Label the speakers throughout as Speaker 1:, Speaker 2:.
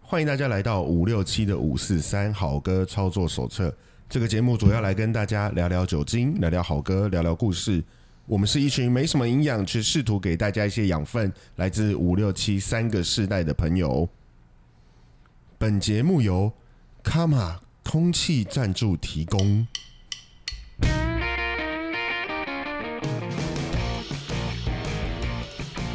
Speaker 1: 欢迎大家来到五六七的五四三好歌操作手册。这个节目主要来跟大家聊聊酒精，聊聊好歌，聊聊故事。我们是一群没什么营养，却试图给大家一些养分，来自五六七三个世代的朋友。本节目由 Kama 空气赞助提供。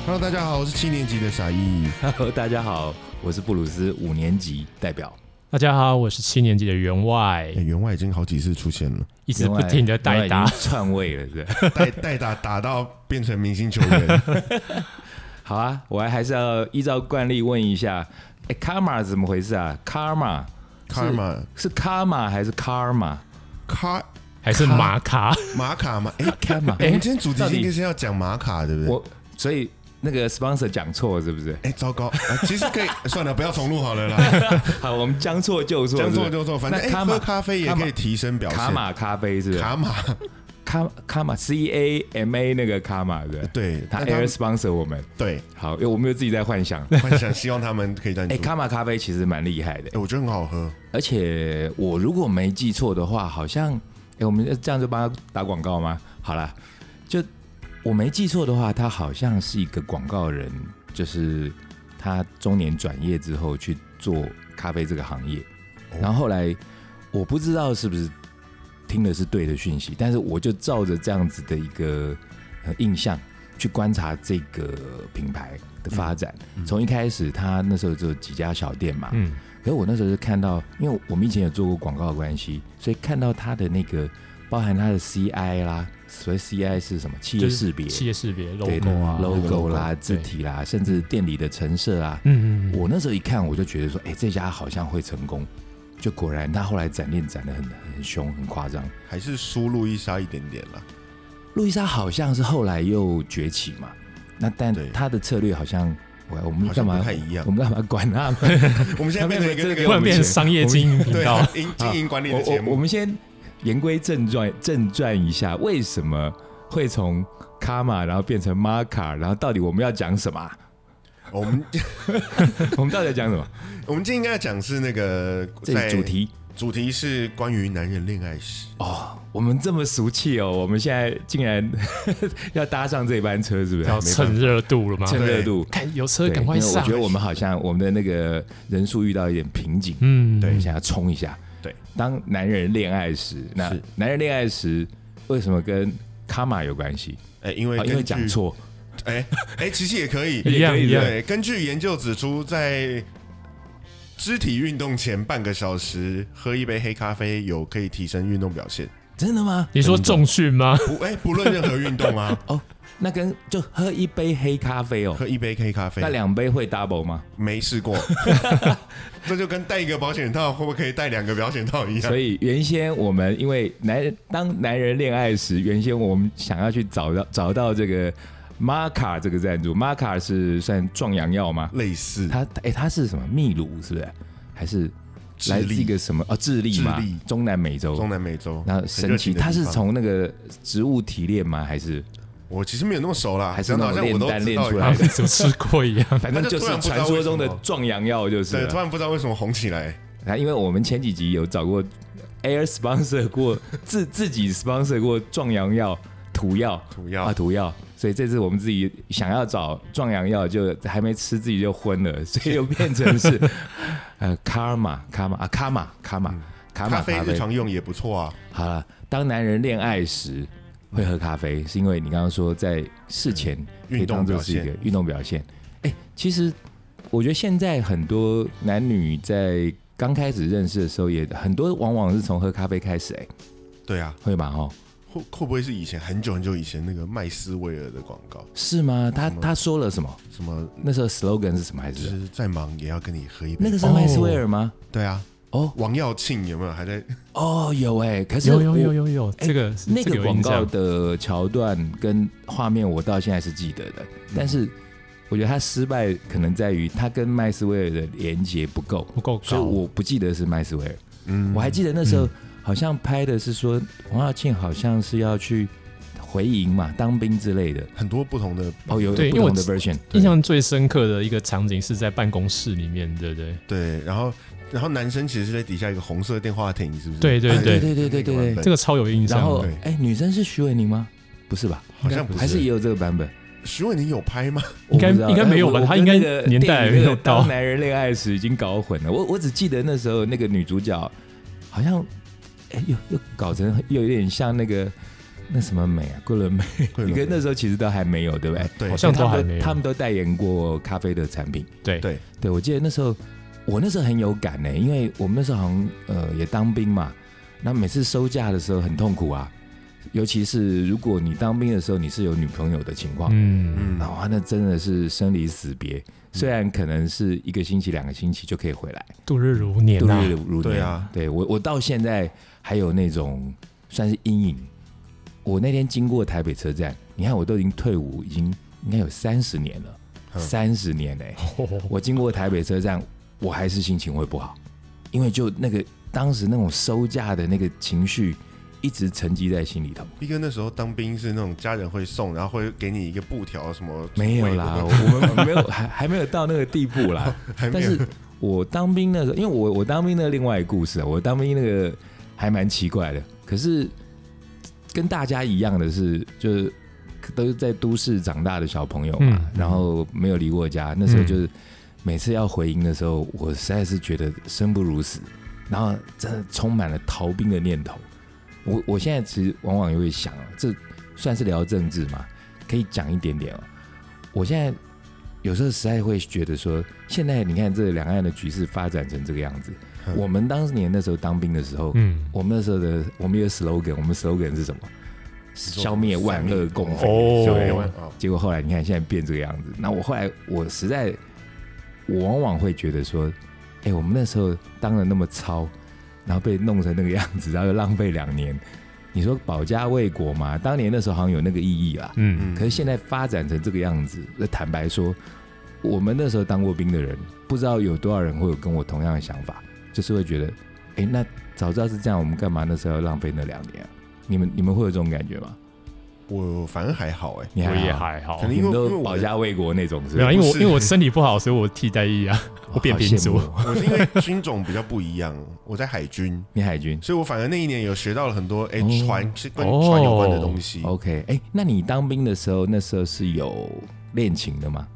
Speaker 1: Hello，大家好，我是七年级的傻一。
Speaker 2: Hello，大家好，我是布鲁斯五年级代表，
Speaker 3: 大家好，我是七年级的员外
Speaker 1: 欸，员外已经好几次出现了，
Speaker 3: 一直不停的代
Speaker 2: 哎另外已
Speaker 3: 打
Speaker 2: 经。篡位了，是不 是？
Speaker 1: 代代打打到变成明星球 员，
Speaker 2: 好啊，我还是要依照惯例问一下，哎，karma 是怎么回事啊？karma
Speaker 1: 卡尔玛
Speaker 2: 是 karma 还是 karma？
Speaker 1: 卡
Speaker 3: 还是玛卡，
Speaker 1: 马卡嘛？哎、
Speaker 2: 干嘛
Speaker 1: 哎我们今天主题
Speaker 2: 到底
Speaker 1: 应该是要讲马卡，对不对？
Speaker 2: 我所以那个 sponsor 讲错了 是不是？
Speaker 1: 哎、糟 糕、啊其实可以算了，不要重录好了啦，
Speaker 2: 好，我们将错就错，
Speaker 1: 将
Speaker 2: 是不
Speaker 1: 错
Speaker 2: 是
Speaker 1: 就错，反正、
Speaker 2: 那
Speaker 1: 哎
Speaker 2: 卡玛
Speaker 1: 喝咖啡也可以提升表现。
Speaker 2: 卡玛咖啡是不是？
Speaker 1: 卡玛，
Speaker 2: 卡卡玛 C A M A 那个卡玛对不对，
Speaker 1: 对，
Speaker 2: 他
Speaker 1: 那
Speaker 2: air
Speaker 1: 们
Speaker 2: sponsor 我们，
Speaker 1: 对，
Speaker 2: 好，因为我们又自己在幻想。
Speaker 1: 幻想希望他们可以赞助。
Speaker 2: 哎，
Speaker 1: 哎、
Speaker 2: 卡玛咖啡其实蛮厉害的，
Speaker 1: 我觉得很好喝，
Speaker 2: 而且我如果没记错的话，好像哎、诶我们这样就帮他打广告吗？好啦，就我没记错的话，他好像是一个广告人，就是他中年转业之后去做咖啡这个行业，
Speaker 1: 哦
Speaker 2: 然后后来我不知道是不是听的是对的讯息，但是我就照着这样子的一个呃印象去观察这个品牌的发展。从、一开始，他那时候只有几家小店嘛，
Speaker 3: 嗯，
Speaker 2: 可是我那时候是看到，因为我们以前有做过广告的关系，所以看到它的那个包含它的 CI 啦，所谓 CI 是什么？企业
Speaker 3: 就
Speaker 2: 识别、
Speaker 3: 企业识别
Speaker 2: 对嗯
Speaker 3: logo 啊
Speaker 2: logo 啦、字
Speaker 3: 对
Speaker 2: 体啦，甚至店里的陈设啊。
Speaker 3: 嗯嗯嗯，
Speaker 2: 我那时候一看，我就觉得说，哎、这家好像会成功。就果然，他后来展店展的很很凶，很夸张。
Speaker 1: 还是输路易莎一点点 啦。
Speaker 2: 路易莎好像是后来又崛起嘛，那但
Speaker 1: 对
Speaker 2: 他的策略好像，我我们
Speaker 1: 好像
Speaker 2: 干嘛
Speaker 1: 不太一样
Speaker 2: 我们干嘛管他们？
Speaker 1: 我们现在变成一个那
Speaker 2: 这个
Speaker 3: 突
Speaker 1: 个
Speaker 3: 然变成商业经营频
Speaker 1: 对
Speaker 3: 道，
Speaker 2: 啊
Speaker 1: 营经营管理的
Speaker 2: 我
Speaker 1: 节
Speaker 2: 我我
Speaker 1: 目，
Speaker 2: 们先言归正传，正传一下，为什么会从卡玛然后变成玛卡，然后到底我们要讲什么啊？
Speaker 1: 我们
Speaker 2: 我们到底要讲什么？
Speaker 1: 我们今天应该讲是那个
Speaker 2: 这
Speaker 1: 在
Speaker 2: 是主题
Speaker 1: 主题是关于男人恋爱史。
Speaker 2: 哦。我们这么俗气哦，我们现在竟然要搭上这班车，是不是？
Speaker 3: 要
Speaker 2: 没办
Speaker 3: 蹭啊热度了吗
Speaker 2: 法？趁热度，
Speaker 3: 看有车
Speaker 2: 对，
Speaker 3: 赶快
Speaker 2: 因为我
Speaker 3: 上
Speaker 2: 觉。得我们好像我们的那个人数遇到一点瓶颈，
Speaker 3: 嗯，
Speaker 2: 我们想要冲一下。
Speaker 1: 对，
Speaker 2: 当男人恋爱时，那
Speaker 1: 是
Speaker 2: 男人恋爱时为什么跟卡玛有关系？
Speaker 1: 哎、因为
Speaker 2: 啊因为
Speaker 1: 根据
Speaker 2: 讲错，
Speaker 1: 哎、哎、其实也可以，
Speaker 3: 一
Speaker 2: 也
Speaker 3: 样
Speaker 2: 可以
Speaker 3: 一样，
Speaker 1: 对，根据研究指出，在肢体运动前半个小时喝一杯黑咖啡，有可以提升运动表现。
Speaker 2: 真的吗？
Speaker 3: 你说重训吗？
Speaker 1: 不，哎、不论任何运动啊，
Speaker 2: 那跟就喝一杯黑咖啡哦，
Speaker 1: 喝一杯黑咖啡
Speaker 2: 那，两杯会 double 吗？
Speaker 1: 没试 过，这就跟戴一个保险套会不会可以戴两个保险套一样
Speaker 2: 所。以原先我们因为男人当男人恋爱时，原先我们想要去找到找到这个 Marca 这个赞助，Marca 是算壮阳药吗？
Speaker 1: 类似，
Speaker 2: 它哎、它是什么秘鲁是不是？还是
Speaker 1: 智
Speaker 2: 来
Speaker 1: 利
Speaker 2: 自一个什么？哦，智利嘛
Speaker 1: 智利，
Speaker 2: 中南美洲。
Speaker 1: 中南美洲，
Speaker 2: 那神奇，
Speaker 1: 他
Speaker 2: 它是从那个植物提炼吗？还是
Speaker 1: 我其实没有那么熟啦，
Speaker 2: 还是
Speaker 1: 讲得好
Speaker 2: 那种
Speaker 1: 像我
Speaker 2: 炼
Speaker 1: 都
Speaker 2: 丹
Speaker 1: 知
Speaker 2: 炼
Speaker 1: 道
Speaker 2: 出
Speaker 1: 一
Speaker 2: 来
Speaker 1: 样
Speaker 2: 的。
Speaker 3: 怎么吃过一样？
Speaker 2: 反正
Speaker 1: 那就
Speaker 2: 就是
Speaker 1: 突然不知道
Speaker 2: 传说中的
Speaker 1: 为什么
Speaker 2: 壮阳药，就是啊
Speaker 1: 对，
Speaker 2: 了
Speaker 1: 突然不知道为什么红起来，
Speaker 2: 啊，因为我们前几集有找过 Air sponsor 过 自自己 sponsor 过壮阳药、涂药
Speaker 1: 主要
Speaker 2: 啊涂药，所以这次我们自己想要找壮阳药，就还没吃自己就昏了，所以又变成 是呃 karma karma 啊 karma karma karma
Speaker 1: 嗯咖啡日常用也不错啊。
Speaker 2: 好了，当男人恋爱时会喝咖啡，是因为你刚刚说在事前可
Speaker 1: 嗯
Speaker 2: 以
Speaker 1: 运动
Speaker 2: 当做
Speaker 1: 表
Speaker 2: 是一个
Speaker 1: 现
Speaker 2: 运动表现。哎、其实我觉得现在很多男女在刚开始认识的时候也，很多往往是从喝咖啡开始、哎，
Speaker 1: 对啊，
Speaker 2: 会吧？哦，
Speaker 1: 会会不会是以前很久很久以前那个麦斯威尔的广告？
Speaker 2: 是吗？他
Speaker 1: 什么
Speaker 2: 他说了什么？
Speaker 1: 什么
Speaker 2: 那时候 slogan 是什么？还
Speaker 1: 嗯就是是再忙也要跟你喝一杯。
Speaker 2: 那个是
Speaker 3: 哦
Speaker 2: 麦斯威尔吗？
Speaker 1: 对啊，
Speaker 2: 哦
Speaker 1: 王耀庆有没有还在？
Speaker 2: 哦，有哎、可是
Speaker 3: 有有
Speaker 2: 我哎
Speaker 3: 有有有，这个是
Speaker 2: 那
Speaker 3: 这
Speaker 2: 个
Speaker 3: 有
Speaker 2: 广
Speaker 3: 印
Speaker 2: 告
Speaker 3: 象
Speaker 2: 的桥段跟画面，我到现在是记得的，
Speaker 3: 嗯
Speaker 2: 但是我觉得他失败可能在于他跟麦斯威尔的连接不够，
Speaker 3: 不够
Speaker 2: 所以
Speaker 3: 高，
Speaker 2: 我不记得是麦斯威尔。
Speaker 1: 嗯
Speaker 2: 我还记得那时候好像拍的是说王耀庆好像是要去回营嘛、当兵之类的。
Speaker 1: 很多不同的
Speaker 2: 哦，有有
Speaker 3: 嗯对
Speaker 2: 不
Speaker 3: 因为我
Speaker 2: 同的 version，
Speaker 3: 印象最深刻的一个场景是在办公室里面，对不对？
Speaker 1: 对，然后然后男生其实是在底下一个红色电话亭，是不是？
Speaker 3: 对对
Speaker 1: 啊
Speaker 3: 对
Speaker 2: 对对对对对
Speaker 3: 这个超有印象
Speaker 2: 然
Speaker 3: 的。
Speaker 2: 后
Speaker 1: 对，
Speaker 2: 哎，女生是徐伟宁吗？不是吧？
Speaker 1: 好像不是
Speaker 2: 还是也有这个版本。
Speaker 1: 徐伟宁有拍吗？
Speaker 2: 我
Speaker 3: 应该
Speaker 2: 不知道
Speaker 3: 应该没有吧
Speaker 2: 哎我
Speaker 3: 他应该
Speaker 2: 我跟那个
Speaker 3: 年代没有
Speaker 2: 电
Speaker 3: 到
Speaker 2: 影那个当男人恋爱时已经搞混了。我我只记得那时候那个女主角好像，哎，又又搞成又有点像那个那什么美啊，桂纶镁。你跟那时候其实都还没有，对不对？
Speaker 1: 对
Speaker 3: 哎好像都
Speaker 2: 他
Speaker 3: 还
Speaker 2: 们
Speaker 3: 没有
Speaker 2: 他们都代言过咖啡的产品。
Speaker 3: 对
Speaker 1: 对
Speaker 2: 对，我记得那时候我那时候很有感呢、因为我们那时候好像呃也当兵嘛，那每次收假的时候很痛苦啊，尤其是如果你当兵的时候你是有女朋友的情况，
Speaker 3: 嗯，
Speaker 1: 嗯，
Speaker 2: 哇，哦那真的是生离死别。虽然可能是一个星期、两个星期就可以回来，
Speaker 3: 度日如年
Speaker 2: 度
Speaker 3: 呐、
Speaker 2: 日如年。
Speaker 1: 对啊，
Speaker 2: 对我我到现在还有那种算是阴影。我那天经过台北车站，你看我都已经退伍，已经应该有三十年了，
Speaker 1: 嗯
Speaker 2: 三十年哎、
Speaker 3: 哦
Speaker 2: 我经过台北车站，我还是心情会不好，因为就那个当时那种收假的那个情绪，一直沉积在心里头。
Speaker 1: 毕哥那时候当兵是那种家人会送，然后会给你一个布条什么，
Speaker 2: 没有啦，我们没有 还还没有到那个地步啦。
Speaker 1: 还没
Speaker 2: 但
Speaker 1: 有
Speaker 2: 是我当兵那时候，因为我我当兵那个另外一个故事啊，我当兵那个还蛮奇怪的。可是跟大家一样的是，就是都是在都市长大的小朋友嘛，
Speaker 3: 嗯
Speaker 2: 然后没有离过家。那时候就是每次要回营的时候，我实在是觉得生不如死，然后真的充满了逃兵的念头。我我现在其实往往也会想啊，这算是聊政治嘛，可以讲一点点哦。我现在有时候实在会觉得说，现在你看这两岸的局势发展成这个样子，
Speaker 1: 嗯
Speaker 2: 我们当年那时候当兵的时候，
Speaker 3: 嗯，
Speaker 2: 我们那时候的我们有 slogan，我们 slogan 是什么？消灭万恶共匪。
Speaker 3: 哦
Speaker 1: 消灭万恶，
Speaker 2: 结果后来你看现在变这个样子，那我后来我实在，我往往会觉得说，哎、我们那时候当的那么糙，然后被弄成那个样子，然后又浪费两年，你说保家卫国嘛，当年那时候好像有那个意义啦，
Speaker 3: 嗯，
Speaker 2: 可是现在发展成这个样子，那坦白说，我们那时候当过兵的人，不知道有多少人会有跟我同样的想法，就是会觉得，哎、那早知道是这样，我们干嘛那时候要浪费那两年啊、你们你们会有这种感觉吗？
Speaker 1: 我反而还好哎，
Speaker 2: 你还
Speaker 3: 我也
Speaker 2: 好
Speaker 3: 还好
Speaker 1: 可，能
Speaker 2: 你
Speaker 1: 因为
Speaker 2: 们
Speaker 1: 因为
Speaker 2: 都
Speaker 1: 我
Speaker 2: 保家卫国那种是
Speaker 3: 没
Speaker 2: 吧？
Speaker 3: 有，
Speaker 1: 不
Speaker 3: 因为我
Speaker 1: 是
Speaker 3: 因为我身体不好，所以我替代役 啊，我变
Speaker 2: 平
Speaker 3: 平族，
Speaker 1: 我哦是因为军种比较不一样，我在海军，
Speaker 2: 你海军
Speaker 1: 所以我反而那一年有学到了很多哎
Speaker 2: 哦
Speaker 1: 船是跟
Speaker 3: 哦
Speaker 1: 船有关的东西，
Speaker 2: ，OK？哎、那你当兵的时候，那时候是有恋情的吗？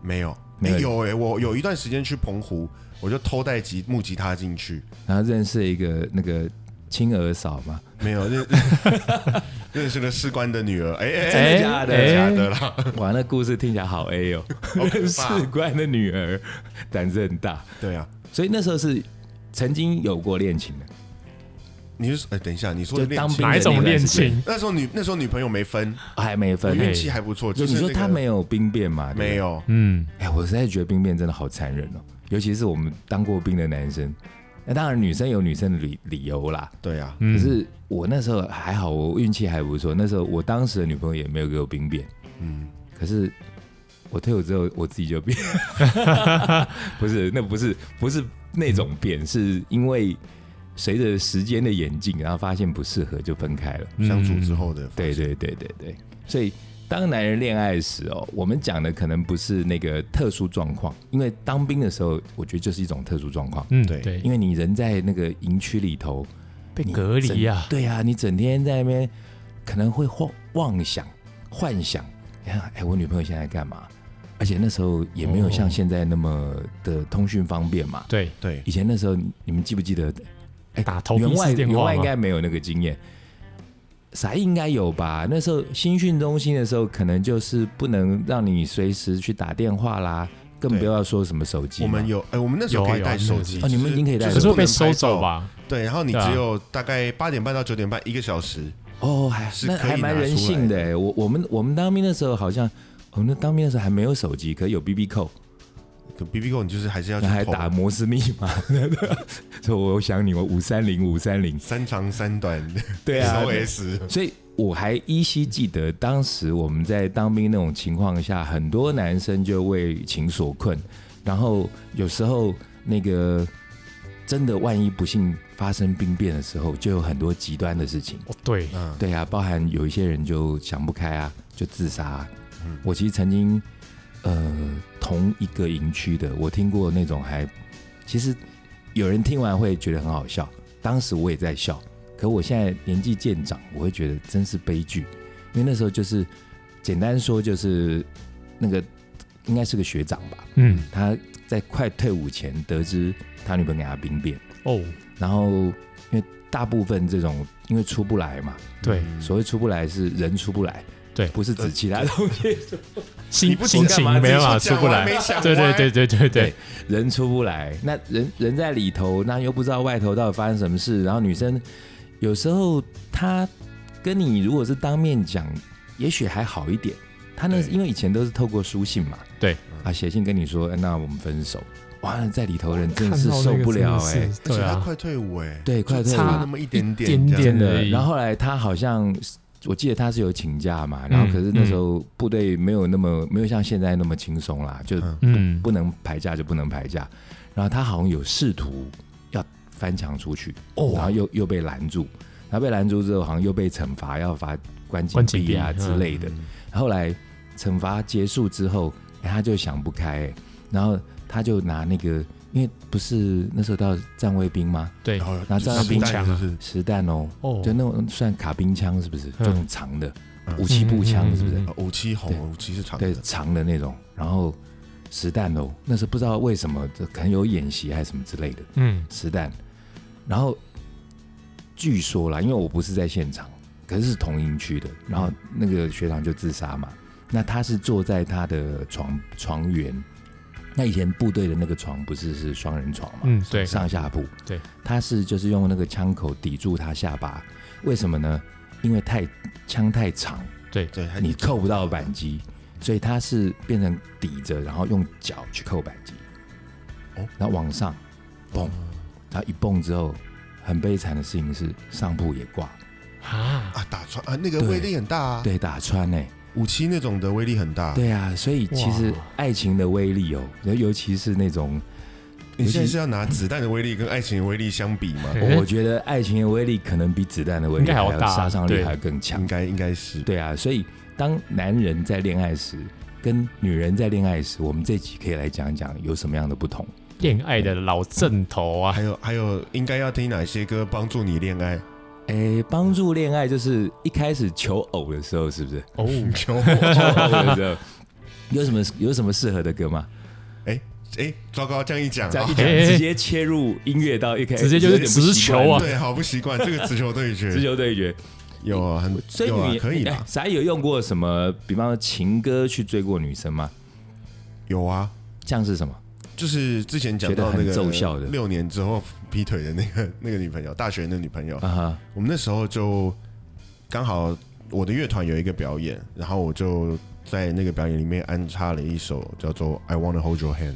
Speaker 1: 没有。
Speaker 2: 没
Speaker 1: 哎
Speaker 2: 有
Speaker 1: 有哎，我有一段时间去澎湖，我就偷带吉木吉他进去，
Speaker 2: 然后认识一个那个亲儿嫂吗？
Speaker 1: 没有 认认识了士官的女儿，哎哎
Speaker 2: 真
Speaker 1: 哎，
Speaker 2: 的假的？
Speaker 3: 哎
Speaker 1: 假的啦，
Speaker 2: 哇，那故事听起来好 A 哦，
Speaker 1: 好可
Speaker 2: 士
Speaker 1: 怕，
Speaker 2: 官的女儿胆子很大，
Speaker 1: 对啊，
Speaker 2: 所以那时候是曾经有过恋情的，
Speaker 1: 你是哎等一下，你说
Speaker 2: 就
Speaker 1: 的恋
Speaker 2: 当
Speaker 1: 情
Speaker 2: 兵
Speaker 3: 哪一种恋情？
Speaker 1: 那时候女那时候女朋友没分，
Speaker 2: 还没
Speaker 1: 我
Speaker 2: 分。
Speaker 1: 运气还不错。
Speaker 2: 就
Speaker 1: 哎就是
Speaker 2: 你说他
Speaker 1: 那个
Speaker 2: 没有兵变嘛？对不对
Speaker 1: 没。有，
Speaker 3: 嗯，
Speaker 2: 哎，我实在觉得兵变真的好残忍哦，尤其是我们当过兵的男生。那当然，女生有女生的理理由啦。
Speaker 1: 对啊，
Speaker 3: 嗯
Speaker 2: 可是我那时候还好，我运气还不错。那时候我当时的女朋友也没有给我兵变，
Speaker 1: 嗯，
Speaker 2: 可是我退伍之后，我自己 就变，不是，那不是不是那种变，是因为随着时间的演进，然后发现不适合就分开了。
Speaker 3: 嗯
Speaker 1: 相处之后的，
Speaker 2: 对对对对对，所以当男人恋爱时哦，我们讲的可能不是那个特殊状况，因为当兵的时候，我觉得就是一种特殊状况，
Speaker 3: 嗯
Speaker 1: 对
Speaker 3: 对，
Speaker 2: 因为你人在那个营区里头，
Speaker 3: 被
Speaker 2: 你
Speaker 3: 隔离
Speaker 2: 整
Speaker 3: 啊，
Speaker 2: 对啊，你整天在那边可能会妄妄想、幻想，你看，哎，我女朋友现在干嘛？而且那时候也没有
Speaker 3: 哦
Speaker 2: 像现在那么的通讯方便嘛。
Speaker 3: 对，
Speaker 1: 对，
Speaker 2: 以前那时候，你们记不记得？哎
Speaker 3: 打头
Speaker 2: 员
Speaker 3: 皮
Speaker 2: 外
Speaker 3: 式电
Speaker 2: 员
Speaker 3: 话
Speaker 2: 外应
Speaker 3: 吗？
Speaker 2: 该没有那个经验，啥应该有吧？那时候新训中心的时候，可能就是不能让你随时去打电话啦，更不
Speaker 1: 对
Speaker 2: 要说什么手机
Speaker 1: 我
Speaker 2: 嘛。
Speaker 1: 们有哎，我们那时候
Speaker 3: 有啊
Speaker 1: 可以带手机
Speaker 3: 有
Speaker 2: 啊，
Speaker 1: 只是
Speaker 2: 你们已经可以带
Speaker 1: 只
Speaker 3: 可是
Speaker 1: 不
Speaker 3: 会被
Speaker 1: 能
Speaker 3: 收
Speaker 1: 拍
Speaker 3: 走
Speaker 1: 照？
Speaker 3: 吧？
Speaker 1: 对，然后你
Speaker 3: 对啊
Speaker 1: 只有大概八点半到九点半一个小时，
Speaker 2: 哦，还
Speaker 1: 是
Speaker 2: 那
Speaker 1: 可以
Speaker 2: 还蛮人性的
Speaker 1: 拿出来
Speaker 2: 欸。我我们我们当兵的时候好像。我们当兵的时候还没有手机，可有 BB 扣，
Speaker 1: 可 B B 扣你就是还是要去
Speaker 2: 那还
Speaker 1: 投
Speaker 2: 打摩斯密码， 所以我想你，我五三零五三零，
Speaker 1: 三长三短，，
Speaker 2: 对啊
Speaker 1: ，SOS，
Speaker 2: 所以我还依稀记得，当时我们在当兵那种情况下，很多男生就为情所困，然后有时候那个真的万一不幸发生病变的时候，就有很多极端的事情。
Speaker 3: 哦，对，
Speaker 1: 嗯，
Speaker 2: 对啊，包含有一些人就想不开啊，就自杀、啊。我其实曾经，呃，同一个营区的，我听过那种还，其实有人听完会觉得很好笑，当时我也在笑。可我现在年纪渐长，我会觉得真是悲剧，因为那时候就是简单说就是那个应该是个学长吧，
Speaker 3: 嗯，
Speaker 2: 他在快退伍前得知他女朋友给他兵变，
Speaker 3: 哦，
Speaker 2: 然后因为大部分这种因为出不来嘛，
Speaker 3: 对，
Speaker 2: 所谓出不来是人出不来，
Speaker 3: 对
Speaker 2: 不是指其他东西，
Speaker 1: 你
Speaker 3: 心
Speaker 1: 不
Speaker 3: 心
Speaker 1: 讲
Speaker 3: 情
Speaker 2: 干嘛
Speaker 3: 没办法
Speaker 1: 自己
Speaker 3: 出
Speaker 1: 讲
Speaker 2: 啊
Speaker 3: 不
Speaker 1: 完
Speaker 3: 来
Speaker 1: 没，讲
Speaker 3: 对对
Speaker 1: 完
Speaker 3: 对对对对
Speaker 2: 对， 人出不来。那人人在里头，那又不知道外头到底发生什么事。然后女生有时候她跟你如果是当面讲，也许还好一点。她那
Speaker 1: 对
Speaker 2: 因为以前都是透过书信嘛，
Speaker 3: 对
Speaker 2: 啊，写信跟你说，哎那我们分手。哇，在里头人真的
Speaker 3: 看
Speaker 2: 是
Speaker 3: 到那
Speaker 2: 受
Speaker 3: 个
Speaker 2: 不
Speaker 3: 真的
Speaker 2: 了哎、
Speaker 3: 是
Speaker 1: 而且
Speaker 3: 对
Speaker 1: 他
Speaker 3: 啊，
Speaker 1: 快退伍哎，
Speaker 2: 对，快退
Speaker 1: 就
Speaker 2: 伍
Speaker 1: 差
Speaker 2: 了
Speaker 1: 那么一点点，
Speaker 3: 一点点
Speaker 2: 真的
Speaker 3: 而。已
Speaker 2: 然后后来他好像我记得他是有请假嘛，然后
Speaker 3: 嗯
Speaker 2: 可是那时候部队没有那么、没有像现在那么轻松啦，就
Speaker 1: 嗯
Speaker 3: 嗯，
Speaker 2: 不能排假就不能排假。然后他好像有试图要翻墙出去，
Speaker 1: 哦
Speaker 2: 然后又又被拦住，然后被拦住之后好像又被惩罚，要罚关禁
Speaker 3: 关禁
Speaker 2: 闭啊
Speaker 3: 闭嗯
Speaker 2: 之类的。
Speaker 1: 嗯
Speaker 2: 后来惩罚结束之后，哎他就想不开、哎然后他就拿那个，因为不是那时候到战卫兵吗？
Speaker 3: 对
Speaker 1: 然，后
Speaker 2: 拿这样
Speaker 1: 子
Speaker 2: 冰
Speaker 3: 墙啊
Speaker 1: 就是
Speaker 2: 实弹哦，
Speaker 3: 哦
Speaker 2: 就，那种算卡宾枪是不是？
Speaker 3: 嗯
Speaker 2: 就很长的
Speaker 1: 嗯
Speaker 2: 武器步枪是不是
Speaker 3: 嗯嗯嗯？
Speaker 1: 呃武器
Speaker 2: 对
Speaker 1: 红，武器是
Speaker 3: 啊
Speaker 1: 长
Speaker 2: 对，
Speaker 1: 的，
Speaker 2: 长的那种，然后实弹哦，那时候不知道为什么，这可能有演习还是什么之类的
Speaker 3: 嗯，
Speaker 2: 实弹。然后据说啦，因为我不是在现场，可是是同营区的，然后那个学长就自杀嘛。那他是坐在他的床床缘，那以前部队的那个床不是是双人床嘛？
Speaker 3: 嗯对
Speaker 2: 上下铺。
Speaker 3: 对，
Speaker 2: 他是就是用那个枪口抵住他下巴，为什么呢？因为太枪太长，
Speaker 1: 对，还
Speaker 2: 你扣不到扳机，所以他是变成抵着，然后用脚去扣扳机，
Speaker 1: 哦
Speaker 2: 然后往上蹦，然后一蹦之后，很悲惨的事情是上铺也挂，
Speaker 3: 啊，
Speaker 1: 啊打穿啊，那个
Speaker 2: 对
Speaker 1: 威力很大啊，
Speaker 2: 对，打穿呢、
Speaker 1: 武器那种的威力很大。
Speaker 2: 对啊，所以其实
Speaker 3: 哇
Speaker 2: 爱情的威力哦，尤其是那种，尤
Speaker 1: 你现在是
Speaker 2: 其是
Speaker 1: 要拿子弹的威力跟爱情的威力相比吗？
Speaker 3: 哎
Speaker 2: 我觉得爱情的威力可能比子弹的威
Speaker 3: 应
Speaker 2: 力
Speaker 3: 该
Speaker 2: 还
Speaker 3: 还要
Speaker 2: 要
Speaker 3: 大
Speaker 2: 杀伤力
Speaker 3: 对
Speaker 2: 还要更强
Speaker 1: 应。该应该是，
Speaker 2: 对啊，所以当男人在恋爱时，跟女人在恋爱时，我们这集可以来讲讲有什么样的不同。
Speaker 3: 恋爱的老正头啊，
Speaker 1: 还有还有，应该要听哪些歌帮助你恋爱？
Speaker 2: 诶，帮助恋爱就是一开始求偶的时候，是不 是？
Speaker 3: 哦，
Speaker 1: 求
Speaker 2: 求偶的时候，有什么有什么适合的歌吗？
Speaker 1: 哎，糟糕，这样一讲，
Speaker 2: 这样
Speaker 1: 啊
Speaker 2: 一讲，
Speaker 3: 哎
Speaker 2: 直接切入音乐到一开始，
Speaker 3: 直接就是
Speaker 2: 有点不习惯
Speaker 3: 直球啊
Speaker 1: 哦对，好不习惯这个直球对
Speaker 2: 直
Speaker 1: 决，
Speaker 2: 球对决。
Speaker 1: 有啊，很
Speaker 2: 所以
Speaker 1: 有啊
Speaker 2: 你，
Speaker 1: 可以
Speaker 2: 哎
Speaker 1: 啦，
Speaker 2: 傻有用过什么？比方说情歌去追过女生吗？
Speaker 1: 有啊，
Speaker 2: 像是什么？
Speaker 1: 就是之前讲到
Speaker 2: 觉得
Speaker 1: 那
Speaker 2: 很
Speaker 1: 个
Speaker 2: 奏效的
Speaker 1: 六年之后劈腿的那个 那个女朋友，大学的女朋友，
Speaker 2: 啊哈，
Speaker 1: 我们那时候就刚好我的乐团有一个表演，然后我就在那个表演里面安插了一首叫做《I Wanna Hold Your Hand》。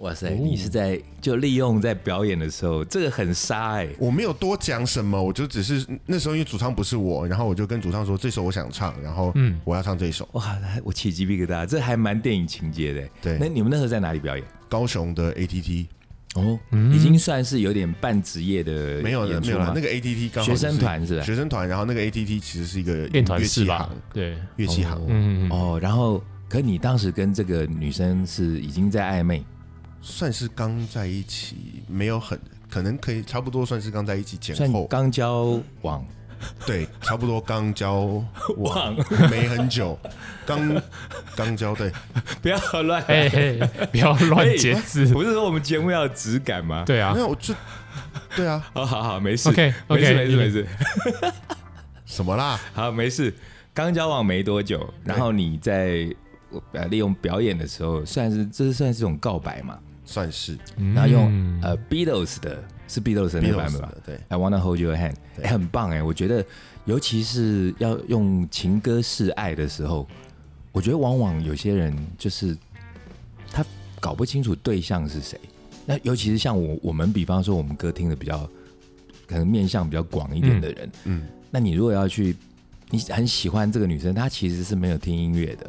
Speaker 2: 哇塞，
Speaker 3: 哦
Speaker 2: 你是在就利用在表演的时候，这个很杀哎、
Speaker 1: 我没有多讲什么，我就只是那时候因为主唱不是我，然后我就跟主唱说这首我想唱，然后
Speaker 3: 嗯
Speaker 1: 我要唱这一首。
Speaker 2: 哇，我起鸡皮疙瘩，这还蛮电影情节的、哎
Speaker 1: 对
Speaker 2: 那你们那时候在哪里表演？
Speaker 1: 高雄的 ATT
Speaker 2: 哦，
Speaker 3: 嗯
Speaker 2: 已经算是有点半职业的
Speaker 1: 没有了
Speaker 2: 演
Speaker 1: 没
Speaker 2: 出
Speaker 1: 有
Speaker 2: 吗
Speaker 1: 了，那个 ATT 刚好
Speaker 2: 学
Speaker 1: 就是
Speaker 2: 生团是吧？
Speaker 1: 学生团，然后那个 ATT 其实是一个
Speaker 3: 练团
Speaker 1: 乐
Speaker 3: 是
Speaker 1: 器
Speaker 3: 吧
Speaker 1: 行，？
Speaker 3: 对，
Speaker 1: 乐器行。
Speaker 3: 嗯，嗯
Speaker 2: 哦，然后可你当时跟这个女生是已经在暧昧，
Speaker 1: 算是刚在一起，没有很可能可以差不多算是刚在一起前
Speaker 2: 算
Speaker 1: 后，
Speaker 2: 刚交往，
Speaker 1: 对，差不多刚交往没很久，刚刚交对，
Speaker 2: 不要乱
Speaker 3: 哎嘿，不要乱截字，
Speaker 2: 不是说我们节目要有质感吗？，
Speaker 3: 对啊
Speaker 1: 没有哎我就对啊，
Speaker 2: 好好好，没事
Speaker 3: ，OK
Speaker 2: 没
Speaker 3: OK，
Speaker 2: 事没事没事，
Speaker 1: 什么啦？
Speaker 2: 好没事。刚交往没多久，然后你在呃利用表演的时候，算是这是算是一种告白嘛？
Speaker 1: 算是
Speaker 2: 然后用
Speaker 3: 嗯
Speaker 2: 呃 Beatles 的是 Beatles 的那个版
Speaker 1: Beatles
Speaker 2: 本吧
Speaker 1: 的？对，
Speaker 2: I wanna hold your hand，、
Speaker 1: 对
Speaker 2: 哎，很棒哎、我觉得，尤其是要用情歌示爱的时候，我觉得往往有些人就是他搞不清楚对象是谁。那尤其是像我，我们比方说我们歌听的比较，可能面向比较广一点的人，
Speaker 1: 嗯，
Speaker 2: 那你如果要去，你很喜欢这个女生，她其实是没有听音乐的，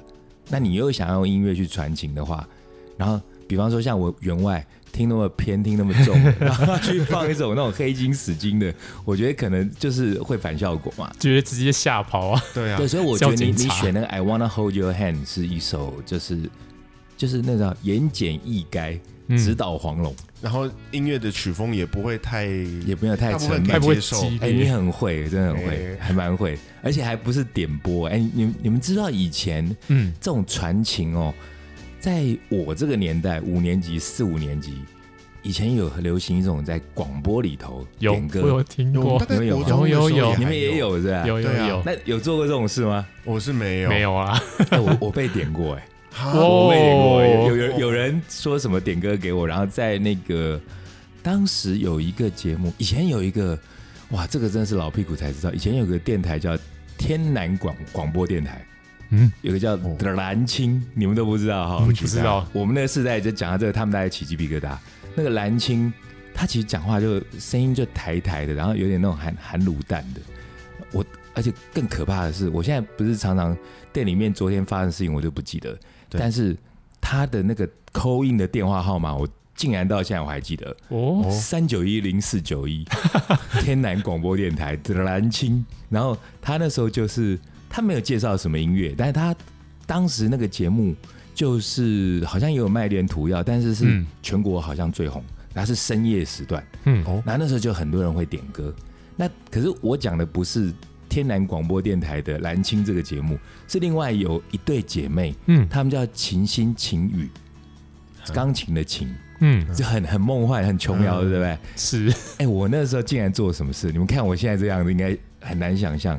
Speaker 2: 那你又想要用音乐去传情的话，然后比方说像我员外听那么偏、听那么重，然后去放一种那种黑金死金的，我觉得可能就是会反效果嘛。
Speaker 3: 觉得直接吓跑 啊！
Speaker 1: 对啊
Speaker 2: 对，，所以我觉得
Speaker 3: 叫
Speaker 2: 你
Speaker 3: 警
Speaker 2: 你
Speaker 3: 察
Speaker 2: 选那个 I wanna hold your hand 是一首就是就是那种言简意赅，
Speaker 3: 嗯
Speaker 2: 直捣黄龙，
Speaker 1: 然后音乐的曲风也不会太
Speaker 2: 也没有太
Speaker 1: 大部
Speaker 2: 沉
Speaker 1: 分
Speaker 2: 闷
Speaker 1: 可
Speaker 3: 太
Speaker 1: 以。
Speaker 3: 不会
Speaker 1: 接受
Speaker 3: 激
Speaker 2: 哎、你
Speaker 3: 烈，
Speaker 2: 很会，真的很会，
Speaker 1: 哎
Speaker 2: 还蛮会，而且还不是点播。哎、你你们知道以前
Speaker 3: 嗯，
Speaker 2: 这种传情哦，在我这个年代，五年级、四五年级，以前有流行一种在广播里头
Speaker 3: 有
Speaker 2: 点歌，
Speaker 3: 我有听
Speaker 1: 有
Speaker 3: 过
Speaker 1: 大，概
Speaker 2: 你们有
Speaker 1: 国
Speaker 2: 吗
Speaker 1: 中的时候
Speaker 3: 有有有
Speaker 2: 你们
Speaker 1: 还
Speaker 2: 也，有是吧？
Speaker 3: 有有
Speaker 1: 对啊
Speaker 3: 有，
Speaker 2: 那有做过这种事吗？
Speaker 1: 我是没有
Speaker 3: 没有啊？
Speaker 2: 哎我我被点过哎、
Speaker 1: 哈
Speaker 3: 我
Speaker 2: 我被点过，
Speaker 3: 哦
Speaker 2: 有有有人说什么点歌给我，然后在那个当时有一个节目，以前有一个哇，这个真的是老屁股才知道，以前有个电台叫天南广广播电台，
Speaker 3: 嗯，
Speaker 2: 有个叫
Speaker 1: 哦
Speaker 2: 蓝青，你们都不知道哈，
Speaker 3: 不知道，
Speaker 2: 我们那个世代就讲到这个，他们大家起鸡皮疙瘩。那个蓝青，他其实讲话就声音就抬抬的，然后有点那种含含卤蛋的。我而且更可怕的是，我现在不是常常店里面昨天发生的事情我就不记得，
Speaker 1: 对
Speaker 2: 但是他的那个扣印的电话号码，我竟然到现在我还记得，
Speaker 3: 哦，
Speaker 2: 三九一零四九 一，天南广播电台蓝青。然后他那时候就是他没有介绍什么音乐，但是他当时那个节目就是好像也有卖点涂药，但是是
Speaker 3: 嗯
Speaker 2: 全国好像最红，它是深夜时段。
Speaker 3: 嗯，
Speaker 1: 哦
Speaker 2: 那那时候就很多人会点歌。那可是我讲的不是天南广播电台的蓝青这个节目，是另外有一对姐妹，
Speaker 3: 嗯
Speaker 2: 她们叫琴心琴语，钢琴的琴，
Speaker 3: 嗯，
Speaker 2: 就很很梦幻、很琼瑶，
Speaker 1: 嗯
Speaker 2: 对不对？
Speaker 3: 是，
Speaker 2: 哎、我那时候竟然做了什么事？你们看我现在这样子，应该很难想象。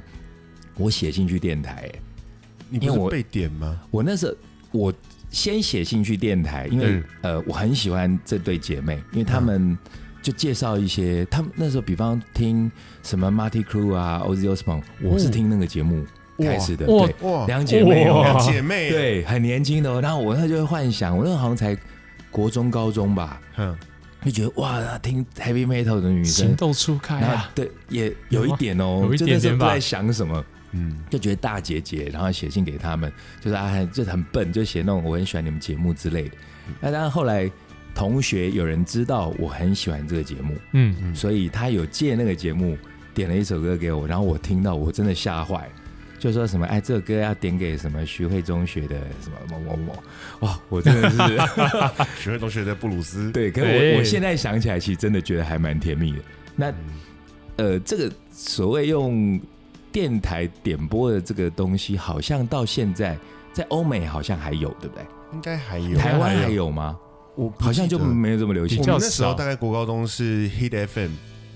Speaker 2: 我写信去电台、哎
Speaker 1: 你不
Speaker 2: 因为
Speaker 1: 是
Speaker 2: 我
Speaker 1: 被点吗？
Speaker 2: 我那时候我先写信去电台，因为、呃，我很喜欢这对姐妹，因为她
Speaker 3: 嗯
Speaker 2: 们就介绍一些，她们那时候比方听什么 Marty Crew 啊、Ozzy Osbourne，我是听那个节目开始的，
Speaker 3: 嗯哇
Speaker 2: 对，
Speaker 1: 哇，
Speaker 2: 两姐妹哦、
Speaker 3: 哇
Speaker 1: 两姐妹，，啊
Speaker 2: 对，很年轻的、哦。然后我那就会幻想，我那时候好像才国中、高中吧，
Speaker 1: 嗯，
Speaker 2: 就觉得哇，听 Heavy Metal 的女生
Speaker 3: 情。窦初开
Speaker 2: 然后
Speaker 3: 啊，
Speaker 2: 对，也有一点哦，
Speaker 3: 有吗有一
Speaker 2: 就那时候
Speaker 3: 点点
Speaker 2: 不
Speaker 3: 吧
Speaker 2: 在想什么，
Speaker 1: 嗯，
Speaker 2: 就觉得大姐姐，然后写信给他们，就是啊，很就很笨，就写那种我很喜欢你们节目之类的。
Speaker 3: 嗯
Speaker 2: 那当然后来同学有人知道我很喜欢这个节目，
Speaker 3: 嗯，
Speaker 2: 所以他有借那个节目点了一首歌给我，然后我听到我真的吓坏，就说什么哎，这个歌要点给什么徐汇中学的什么某某某，哇，我真的是
Speaker 1: 学会中学在布鲁斯，
Speaker 2: 对，可是
Speaker 3: 对
Speaker 2: 我我现在想起来，其实真的觉得还蛮甜蜜的。那呃，这个所谓用电台点播的这个东西，好像到现在在欧美好像还有，对不对？
Speaker 1: 应该还有，啊
Speaker 2: 台湾还，有吗？
Speaker 1: 我不
Speaker 2: 好像就
Speaker 1: 记得
Speaker 2: 没有这么流行
Speaker 1: 我
Speaker 3: 比
Speaker 1: 们
Speaker 3: 较
Speaker 1: 那时候
Speaker 3: 少
Speaker 1: 大概国高中是 Hit FM，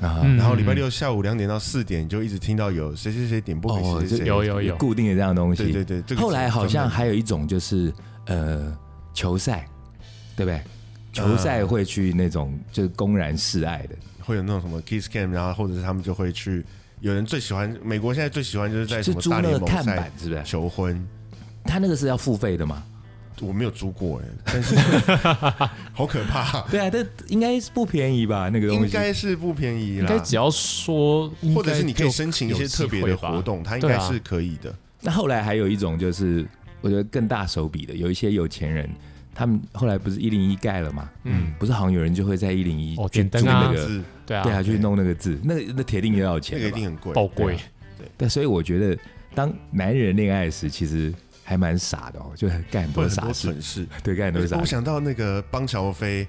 Speaker 2: 啊。
Speaker 3: 嗯
Speaker 1: 然后礼拜六下午两点到四点就一直听到有谁谁谁点播给
Speaker 2: 哦
Speaker 1: 谁谁谁，
Speaker 3: 有有有，
Speaker 2: 固定的这样的东
Speaker 1: 对
Speaker 2: 西。
Speaker 1: 对对，这个
Speaker 2: 后来好像还有一种就是呃球赛，对不对？球赛会去那种就是公然示爱的，
Speaker 1: 会有那种什么 Kiss Cam，然后或者是他们就会去，有人最喜欢美国现在最喜欢就是在什
Speaker 2: 就
Speaker 1: 么
Speaker 2: 租
Speaker 1: 大
Speaker 2: 那
Speaker 1: 联
Speaker 2: 个
Speaker 1: 盟
Speaker 2: 看
Speaker 1: 赛
Speaker 2: 板，是不是？
Speaker 1: 求婚，
Speaker 2: 他那个是要付费的吗？
Speaker 1: 我没有租过哎、但 是好可怕，
Speaker 2: 对啊，这应该是不便宜吧？那个东
Speaker 1: 应
Speaker 2: 西
Speaker 1: 该是不便宜
Speaker 3: 应
Speaker 1: 啦
Speaker 3: 该，只要说，应
Speaker 1: 或者是
Speaker 3: 该
Speaker 1: 你可
Speaker 3: 就
Speaker 1: 以申请一些特别
Speaker 3: 有
Speaker 1: 的
Speaker 3: 机会吧
Speaker 1: 活动，它应
Speaker 3: 对
Speaker 1: 该
Speaker 3: 啊
Speaker 1: 是可以的。
Speaker 2: 那后来还有一种就是，我觉得更大手笔的，有一些有钱人，他们后来不是一零一盖了嘛，
Speaker 3: 嗯，
Speaker 2: 不是好像有人就会在一零一
Speaker 3: 哦
Speaker 2: 去
Speaker 3: 点
Speaker 2: 租
Speaker 3: 灯啊
Speaker 2: 那
Speaker 1: 那
Speaker 2: 个，
Speaker 1: 个
Speaker 3: 对
Speaker 2: 对啊，
Speaker 3: 啊，
Speaker 2: 去弄那个字，那那铁定也要有
Speaker 1: 那
Speaker 2: 钱
Speaker 1: 个一
Speaker 2: 了吧。
Speaker 1: 定很贵，
Speaker 3: 爆贵
Speaker 2: 对，对，所以我觉得当男人恋爱时，其实还蛮傻的哦，就干
Speaker 1: 会
Speaker 2: 很
Speaker 1: 啊有
Speaker 2: 多
Speaker 1: 很
Speaker 2: 傻
Speaker 1: 多
Speaker 2: 事，
Speaker 1: 蠢事。
Speaker 2: 对，干很多傻
Speaker 1: 我
Speaker 2: 事。
Speaker 1: 想到那个邦乔飞，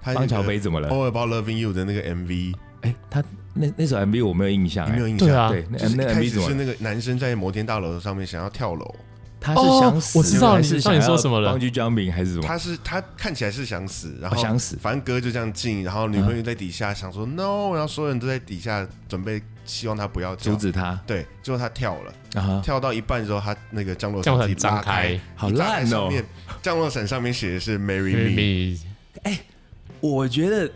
Speaker 1: 他那
Speaker 2: 方
Speaker 1: 个
Speaker 2: 乔飞怎么了？
Speaker 1: All About Loving You 的那个 MV，
Speaker 2: 哎，他那那首 MV 我没有印象，
Speaker 1: 你没
Speaker 2: 哎
Speaker 1: 有印象？
Speaker 3: 对啊，
Speaker 2: 对，那
Speaker 1: 就是一
Speaker 2: 那
Speaker 1: 开
Speaker 2: MV
Speaker 1: 始
Speaker 2: 怎么
Speaker 1: 是那
Speaker 2: 了？
Speaker 1: 个男生在摩天大楼上面想要跳楼，
Speaker 2: 他是
Speaker 3: 哦
Speaker 2: 想死，
Speaker 3: 我知道
Speaker 2: 还
Speaker 3: 你
Speaker 2: 是
Speaker 3: 知道
Speaker 2: 想要
Speaker 3: 你说什么了
Speaker 2: 帮去 jumping 还
Speaker 3: 嗯
Speaker 2: 是什么？
Speaker 1: 他是他看起来是想死，然
Speaker 2: 哦
Speaker 1: 后
Speaker 2: 想死
Speaker 1: 凡哥就这样进，然后女朋友在底下想
Speaker 3: 嗯
Speaker 1: 说 no，然后所有人都在底下准备希望他不要跳
Speaker 2: 阻，止他
Speaker 1: 对，结果他跳了，
Speaker 2: 啊！
Speaker 1: 跳到一半之后他那个降落
Speaker 3: 嗯降
Speaker 1: 伞
Speaker 3: 落
Speaker 1: 自己
Speaker 3: 伞张
Speaker 1: 拉开
Speaker 3: 开，
Speaker 2: 好
Speaker 1: 一拉开
Speaker 2: 烂
Speaker 1: 上
Speaker 2: 哦！
Speaker 1: 面降落伞上面写的是 marry me，
Speaker 3: 你
Speaker 2: 我觉得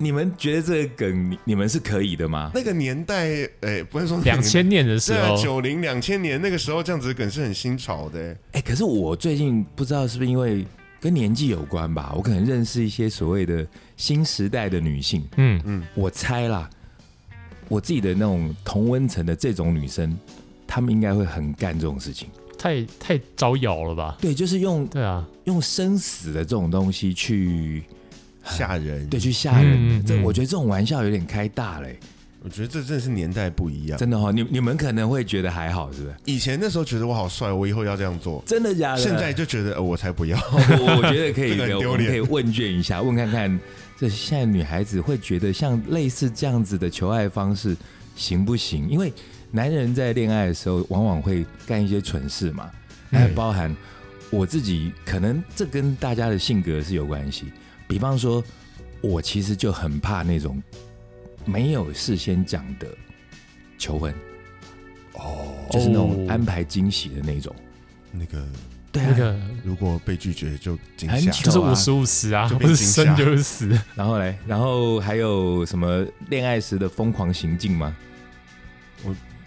Speaker 2: 你们觉得这个梗，你你们是可以的吗？
Speaker 1: 那个年代，哎，不是说
Speaker 3: 两千年的
Speaker 1: 是
Speaker 3: 时
Speaker 1: 啊，
Speaker 3: 候，
Speaker 1: 九零两千年那个时候这样子的梗是很新潮的，
Speaker 2: 哎、可是我最近不知道是不是因为跟年纪有关吧，我可能认识一些所谓的新时代的女性，
Speaker 3: 嗯，
Speaker 2: 我猜啦，我自己的那种同温层的这种女生，她们应该会很干这种事情。
Speaker 3: 太太招摇了吧？
Speaker 2: 对，就是用
Speaker 3: 对啊，
Speaker 2: 用生死的这种东西去
Speaker 1: 吓人。
Speaker 2: 哎对，去吓人
Speaker 3: 嗯
Speaker 2: 的。这
Speaker 3: 嗯
Speaker 2: 我觉得这种玩笑有点开大嘞，
Speaker 1: 我觉得这真的是年代不一样。
Speaker 2: 真的哈。哦你你们可能会觉得还好，是不是？
Speaker 1: 以前那时候觉得我好帅，我以后要这样做，
Speaker 2: 真的假的？
Speaker 1: 现在就觉得、呃我才不要。
Speaker 2: 哦我我觉得可
Speaker 1: 这
Speaker 2: 以
Speaker 1: 个很
Speaker 2: 的，
Speaker 1: 丢
Speaker 2: 我们
Speaker 1: 脸
Speaker 2: 可以问卷一下，问看看这现在女孩子会觉得像类似这样子的求爱方式行不行？因为男人在恋爱的时候往往会干一些蠢事嘛，
Speaker 3: 嗯
Speaker 2: 还包含我自己，可能这跟大家的性格是有关系。比方说，我其实就很怕那种没有事先讲的求婚，
Speaker 1: 哦，
Speaker 2: 就是那种
Speaker 3: 哦
Speaker 2: 安排惊喜的那种。
Speaker 1: 那个
Speaker 2: 对啊
Speaker 3: 那，个
Speaker 1: 如果被拒绝就惊
Speaker 2: 很
Speaker 1: 吓，
Speaker 2: 糗
Speaker 3: 就是
Speaker 2: 啊
Speaker 3: 五十五十啊，
Speaker 1: 就
Speaker 3: 不
Speaker 1: 被
Speaker 3: 是
Speaker 1: 惊吓
Speaker 3: 生就是死。
Speaker 2: 然后嘞，然后还有什么恋爱时的疯狂行径吗？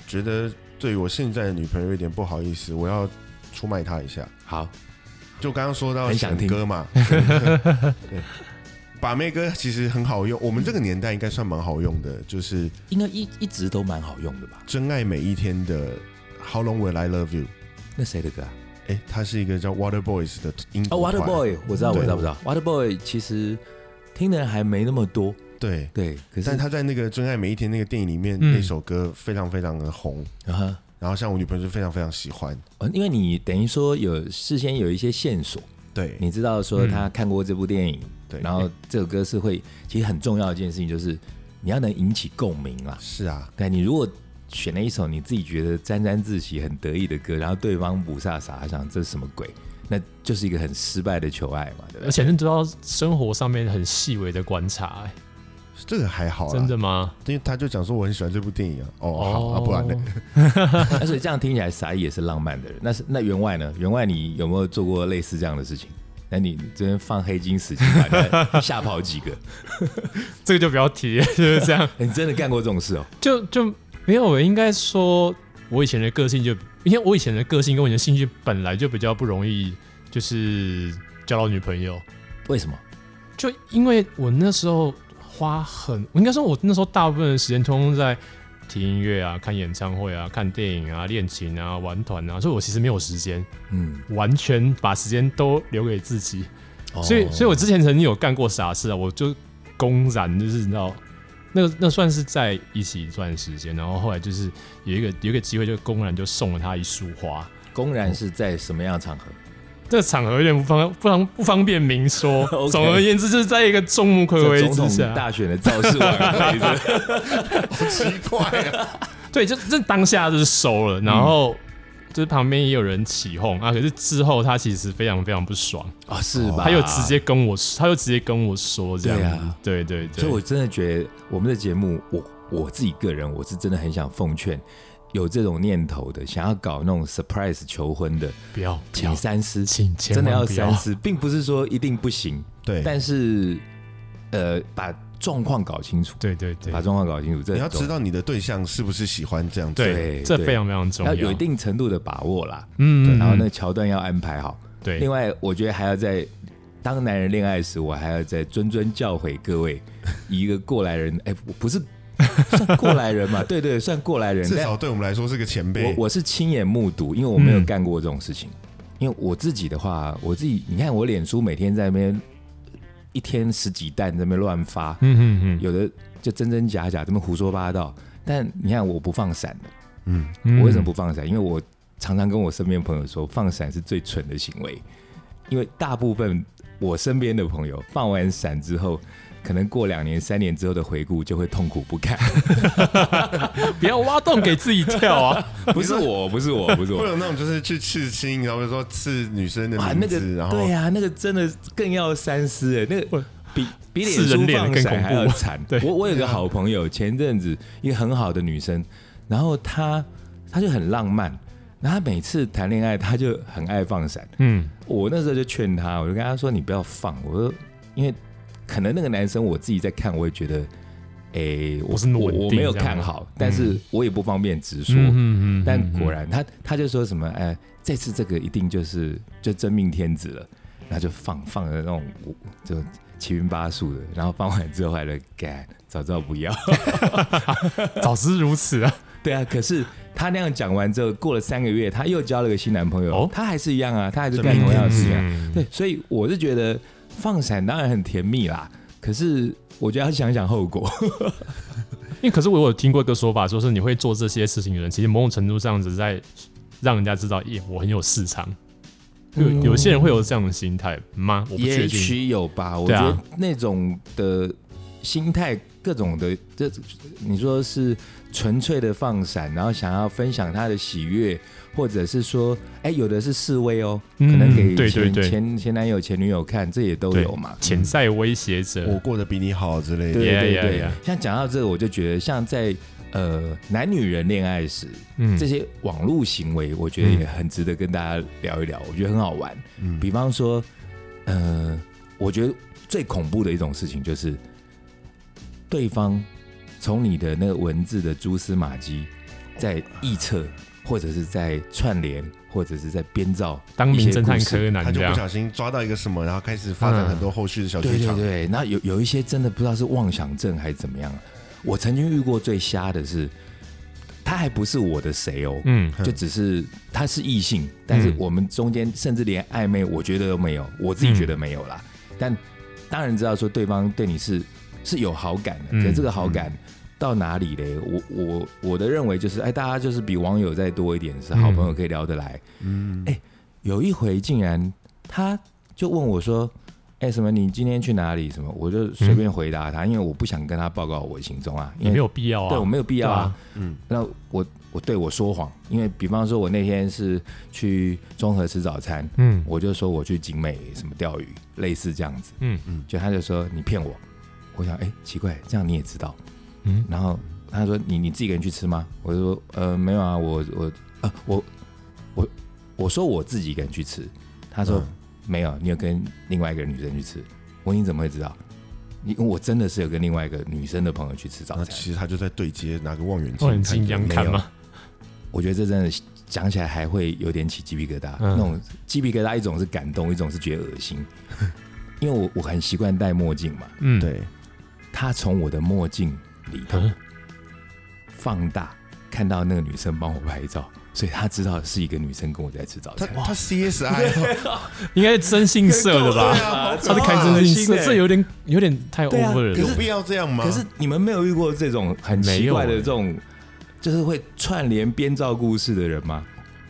Speaker 1: 觉得对我现在的女朋友有点不好意思，我要出卖她一下。
Speaker 2: 好，
Speaker 1: 就刚刚说到
Speaker 2: 很想
Speaker 1: 选
Speaker 2: 听
Speaker 1: 歌 嘛，选歌对，把妹歌其实很好用，我们这个年代应该算蛮好用的，就是《
Speaker 2: 应该一一直都蛮好用的吧？
Speaker 1: 真爱每一天》的《How Long Will I Love You》。
Speaker 2: 那谁的歌啊？
Speaker 1: 哎，它是一个叫 Water Boys 的英
Speaker 2: 哦
Speaker 1: 国团
Speaker 2: ，Water Boy，我知道，
Speaker 1: 对
Speaker 2: 我知道，我知道，Water Boy 其实听的人还没那么多，
Speaker 1: 对，
Speaker 2: 对，可是
Speaker 1: 但他在那个《真爱每一天》那个电影里面，
Speaker 3: 嗯
Speaker 1: 那首歌非常非常的红，
Speaker 2: 啊，
Speaker 1: 然后像我女朋友就非常非常喜欢。
Speaker 2: 哦因为你等于说有事先有一些线索，
Speaker 1: 对，
Speaker 2: 你知道说他看过这部电影，
Speaker 1: 对，
Speaker 2: 然后这首歌是会，其实很重要的一件事情就是你要能引起共鸣啦。
Speaker 1: 是啊，
Speaker 2: 对你如果选了一首你自己觉得沾沾自喜、很得意的歌，然后对方不飒傻，他想这是什么鬼？那就是一个很失败的求爱嘛，对不
Speaker 3: 而
Speaker 2: 对？
Speaker 3: 且你知道生活上面很细微的观察、哎
Speaker 1: 这个还好啦，啊
Speaker 3: 真的吗？
Speaker 1: 因为他就讲说我很喜欢这部电影啊，哦，好啊，不然呢？
Speaker 2: 而且这样听起来，傻也是浪漫的人。那是那员外呢？员外，你有没有做过类似这样的事情？那你你这边放黑金死金把人家吓跑几个？哎
Speaker 3: 这个就不要提了，就是这样。
Speaker 2: 你真的干过这种事哦？
Speaker 3: 就就没有，应该说我以前的个性就，因为我以前的个性跟我以前的兴趣本来就比较不容易，就是交到女朋友，
Speaker 2: 为什么？
Speaker 3: 就因为我那时候花很，我应该说我那时候大部分的时间通通在听音乐啊、看演唱会啊、看电影啊、练琴啊、玩团啊，所以我其实没有时间，
Speaker 2: 嗯，
Speaker 3: 完全把时间都留给自己。
Speaker 2: 哦
Speaker 3: 所以，所以我之前曾经有干过傻事啊，我就公然就是你知道，那个那算是在一起一段时间，然后后来就是有一个有一个机会，就公然就送了他一束花。
Speaker 2: 公然是在什么样的场合？
Speaker 3: 这个场合有点不方不方不方便明说。
Speaker 2: OK
Speaker 3: 总而言之，就是在一个啊众目睽
Speaker 2: 这
Speaker 3: 睽
Speaker 2: 总
Speaker 3: 之
Speaker 2: 统
Speaker 3: 下，
Speaker 2: 大选的造势晚会是不是，
Speaker 1: 好奇怪啊！
Speaker 3: 对，就这当下就是收了，然
Speaker 2: 嗯
Speaker 3: 后就是旁边也有人起哄啊。可是之后他其实非常非常不爽，
Speaker 2: 哦，是吧？
Speaker 3: 他又直接跟我，他又直接跟我说这样
Speaker 2: 对
Speaker 3: 子，
Speaker 2: 啊
Speaker 3: 对对对，
Speaker 2: 所以我真的觉得我们的节目，我我自己个人，我是真的很想奉劝有这种念头的，想要搞那种 surprise 求婚的，
Speaker 3: 不要不要
Speaker 2: 请三思，
Speaker 3: 请千
Speaker 2: 真的
Speaker 3: 万
Speaker 2: 要
Speaker 3: 不要
Speaker 2: 三思，并不是说一定不行，
Speaker 1: 对，
Speaker 2: 但是呃，把状况搞清楚，
Speaker 3: 对对对
Speaker 2: 把，状况搞清楚，这
Speaker 1: 你要
Speaker 2: 很重
Speaker 1: 知道你的对象是不是喜欢这样子。
Speaker 3: 对，
Speaker 2: 对
Speaker 3: 这
Speaker 2: 对
Speaker 3: 非常非常重要。
Speaker 2: 要有一定程度的把握啦，
Speaker 3: 嗯，嗯，
Speaker 2: 然后那
Speaker 3: 嗯
Speaker 2: 桥段要安排好。另
Speaker 3: 对，
Speaker 2: 外，我觉得还要在当男人恋爱时，我还要再谆谆教诲 各位，以一个过来人，哎、我不是算过来 人嘛？对对，算过来人。
Speaker 1: 至
Speaker 2: 但
Speaker 1: 少嗯对我们来说是个前辈。
Speaker 2: 我我是亲眼目睹，因为我没有干过这种事情。因为我自己的话，我自己你看，我脸书每天在那边一天十几弹在那边乱发，
Speaker 3: 嗯嗯嗯
Speaker 2: 有的就真真假假，这么胡说八道。但你看，我不放闪的，
Speaker 1: 嗯，
Speaker 3: 嗯，
Speaker 2: 我为什么不放闪？因为我常常跟我身边朋友说，放闪是最蠢的行为，因为大部分我身边的朋友放完闪之后。可能过两年、三年之后的回顾就会痛苦不 堪，
Speaker 3: 不要挖洞给自己跳啊？
Speaker 2: 不是我，不是我，不是
Speaker 1: 会
Speaker 2: 我
Speaker 1: 有那种就是去刺青，然后比如说刺女生的
Speaker 2: 啊！
Speaker 1: 名
Speaker 2: 那个
Speaker 1: 字，然后
Speaker 2: 对呀、那个真的更要三思哎，那
Speaker 3: 我
Speaker 2: 个比比脸
Speaker 3: 刺人
Speaker 2: 书
Speaker 3: 脸
Speaker 2: 放
Speaker 3: 更
Speaker 2: 闪
Speaker 3: 恐
Speaker 2: 还要
Speaker 3: 怖
Speaker 2: 惨。
Speaker 3: 对啊
Speaker 2: 我我有个好朋友，前阵子一个很好的女生，然后她她就很浪漫，然后她每次谈恋爱她就很爱放闪，
Speaker 3: 嗯，
Speaker 2: 我那时候就劝他，我就跟他说：“你不要放。”我说：“因为可能那个男生我自己在看，我也觉得，诶、我
Speaker 3: 不是那么
Speaker 2: 我
Speaker 3: 稳定
Speaker 2: 我没有
Speaker 3: 这样
Speaker 2: 看
Speaker 3: 吗
Speaker 2: 好，但是我也不方便直说。
Speaker 3: 嗯嗯嗯
Speaker 2: 但果然他他就说什么：“哎、这次这个一定就是就真命天子了。”然后就放放了那种我就七晕八素的，然后放完之后还来干，早知道不要。
Speaker 3: 早知如此啊！
Speaker 2: 对啊，可是他那样讲完之后，过了三个月，他又交了个新男朋友，
Speaker 3: 哦
Speaker 2: 他还是一样啊，他还是
Speaker 1: 真
Speaker 2: 干
Speaker 1: 命
Speaker 2: 同样的
Speaker 1: 天
Speaker 2: 事情、啊。
Speaker 3: 嗯，
Speaker 2: 对，所以我是觉得放闪当然很甜蜜啦，可是我觉得要想想后果。
Speaker 3: 因为可是我有听过一个说法，说是你会做这些事情的人，其实某种程度上只是在让人家知道，耶，我很有市场。有有些人会有这样的心态吗？我不确
Speaker 2: 嗯也
Speaker 3: 定。
Speaker 2: 许有吧，我
Speaker 3: 对
Speaker 2: 觉
Speaker 3: 啊
Speaker 2: 得那种的心态，各种的，这你说是纯粹的放闪，然后想要分享他的喜悦，或者是说，哎、有的是示威哦，
Speaker 3: 嗯
Speaker 2: 可能给前
Speaker 3: 对对对
Speaker 2: 前前男友、前女友看，这也都
Speaker 3: 对
Speaker 2: 有嘛。
Speaker 3: 潜在威胁
Speaker 1: 我
Speaker 3: 者，
Speaker 1: 过得比你好之类
Speaker 2: 对
Speaker 1: 的。
Speaker 2: 对对
Speaker 3: Yeah,
Speaker 2: 对
Speaker 3: yeah, yeah
Speaker 2: 像讲到这个，我就觉得像在呃男女人恋爱时，
Speaker 3: 嗯
Speaker 2: 这些网络行为，我觉得也很值得跟大家聊一聊，我觉得很好玩。
Speaker 1: 嗯
Speaker 2: 比方说，呃，我觉得最恐怖的一种事情就是，对方从你的那个文字的蛛丝马迹，在臆测，或者是在串联，或者是在编造
Speaker 3: 当
Speaker 2: 一些
Speaker 3: 名侦探
Speaker 2: 故事
Speaker 3: 柯南
Speaker 1: 他就
Speaker 3: 这
Speaker 1: 不
Speaker 3: 样，
Speaker 1: 小心抓到一个什么，然后开始发展很多后续的小剧
Speaker 2: 对嗯对
Speaker 1: 场。
Speaker 2: 对，那有有一些真的不知道是妄想症还是怎么样。我曾经遇过最瞎的是，他还不是我的谁哦，
Speaker 3: 嗯，
Speaker 2: 就只是他是异性，但是我们中间甚至连暧昧，我觉得都没有，我自己觉得没有啦。
Speaker 3: 嗯
Speaker 2: 但当然知道说对方对你是是有好感的，
Speaker 3: 嗯
Speaker 2: 可是这个好感到哪里嘞？我我我的认为就是，哎，大家就是比网友再多一点，是好朋友可以聊得来。
Speaker 1: 嗯，
Speaker 2: 哎有一回竟然他就问我说：“哎、什么？你今天去哪里？什么？”我就随便回答他，因为我不想跟他报告我的行踪啊，因为
Speaker 3: 也嗯没有必要啊。
Speaker 2: 对我没有必要啊。
Speaker 1: 嗯，
Speaker 2: 那我我对我说谎，因为比方说我那天是去中和吃早餐，
Speaker 3: 嗯
Speaker 2: 我就说我去景美什么钓鱼，类似这样子，
Speaker 3: 嗯
Speaker 2: 就他就说你骗我，我想哎、奇怪，这样你也知道，
Speaker 3: 嗯，
Speaker 2: 然后他说你你自己一个人去吃吗？我就说呃没有啊，我我呃我我我说我自己一个人去吃，他说、
Speaker 1: 嗯
Speaker 2: 没有，你有跟另外一个女生去吃，我说你怎么会知道？因为我真的是有跟另外一个女生的朋友去吃早
Speaker 1: 那
Speaker 3: 啊
Speaker 2: 餐，
Speaker 1: 其实他就在对接，拿个望远镜
Speaker 3: 望远
Speaker 1: 看，
Speaker 3: 镜一样看吗？
Speaker 2: 我觉得这真的讲起来还会有点起鸡皮疙瘩，
Speaker 3: 嗯
Speaker 2: 那种鸡皮疙瘩，一种是感动，一种是觉得恶心。 因为我我很习惯戴墨镜嘛，
Speaker 3: 嗯，，
Speaker 1: 对，
Speaker 2: 他从我的墨镜里头
Speaker 3: 嗯
Speaker 2: 放大，看到那个女生帮我拍照，所以他知道是一个女生跟我在吃早
Speaker 1: 他
Speaker 2: 餐。
Speaker 1: 他
Speaker 2: 啊
Speaker 1: CSI
Speaker 3: 应该是真性色的吧？
Speaker 1: 啊，
Speaker 3: 他是开真性色，这有点有点太
Speaker 2: 对啊
Speaker 3: over
Speaker 1: 有
Speaker 3: 了。
Speaker 1: 必要这样吗？
Speaker 2: 可是你们没有遇过这种很奇怪
Speaker 3: 没
Speaker 2: 的
Speaker 3: 有欸
Speaker 2: 这种，就是会串联编造故事的人吗？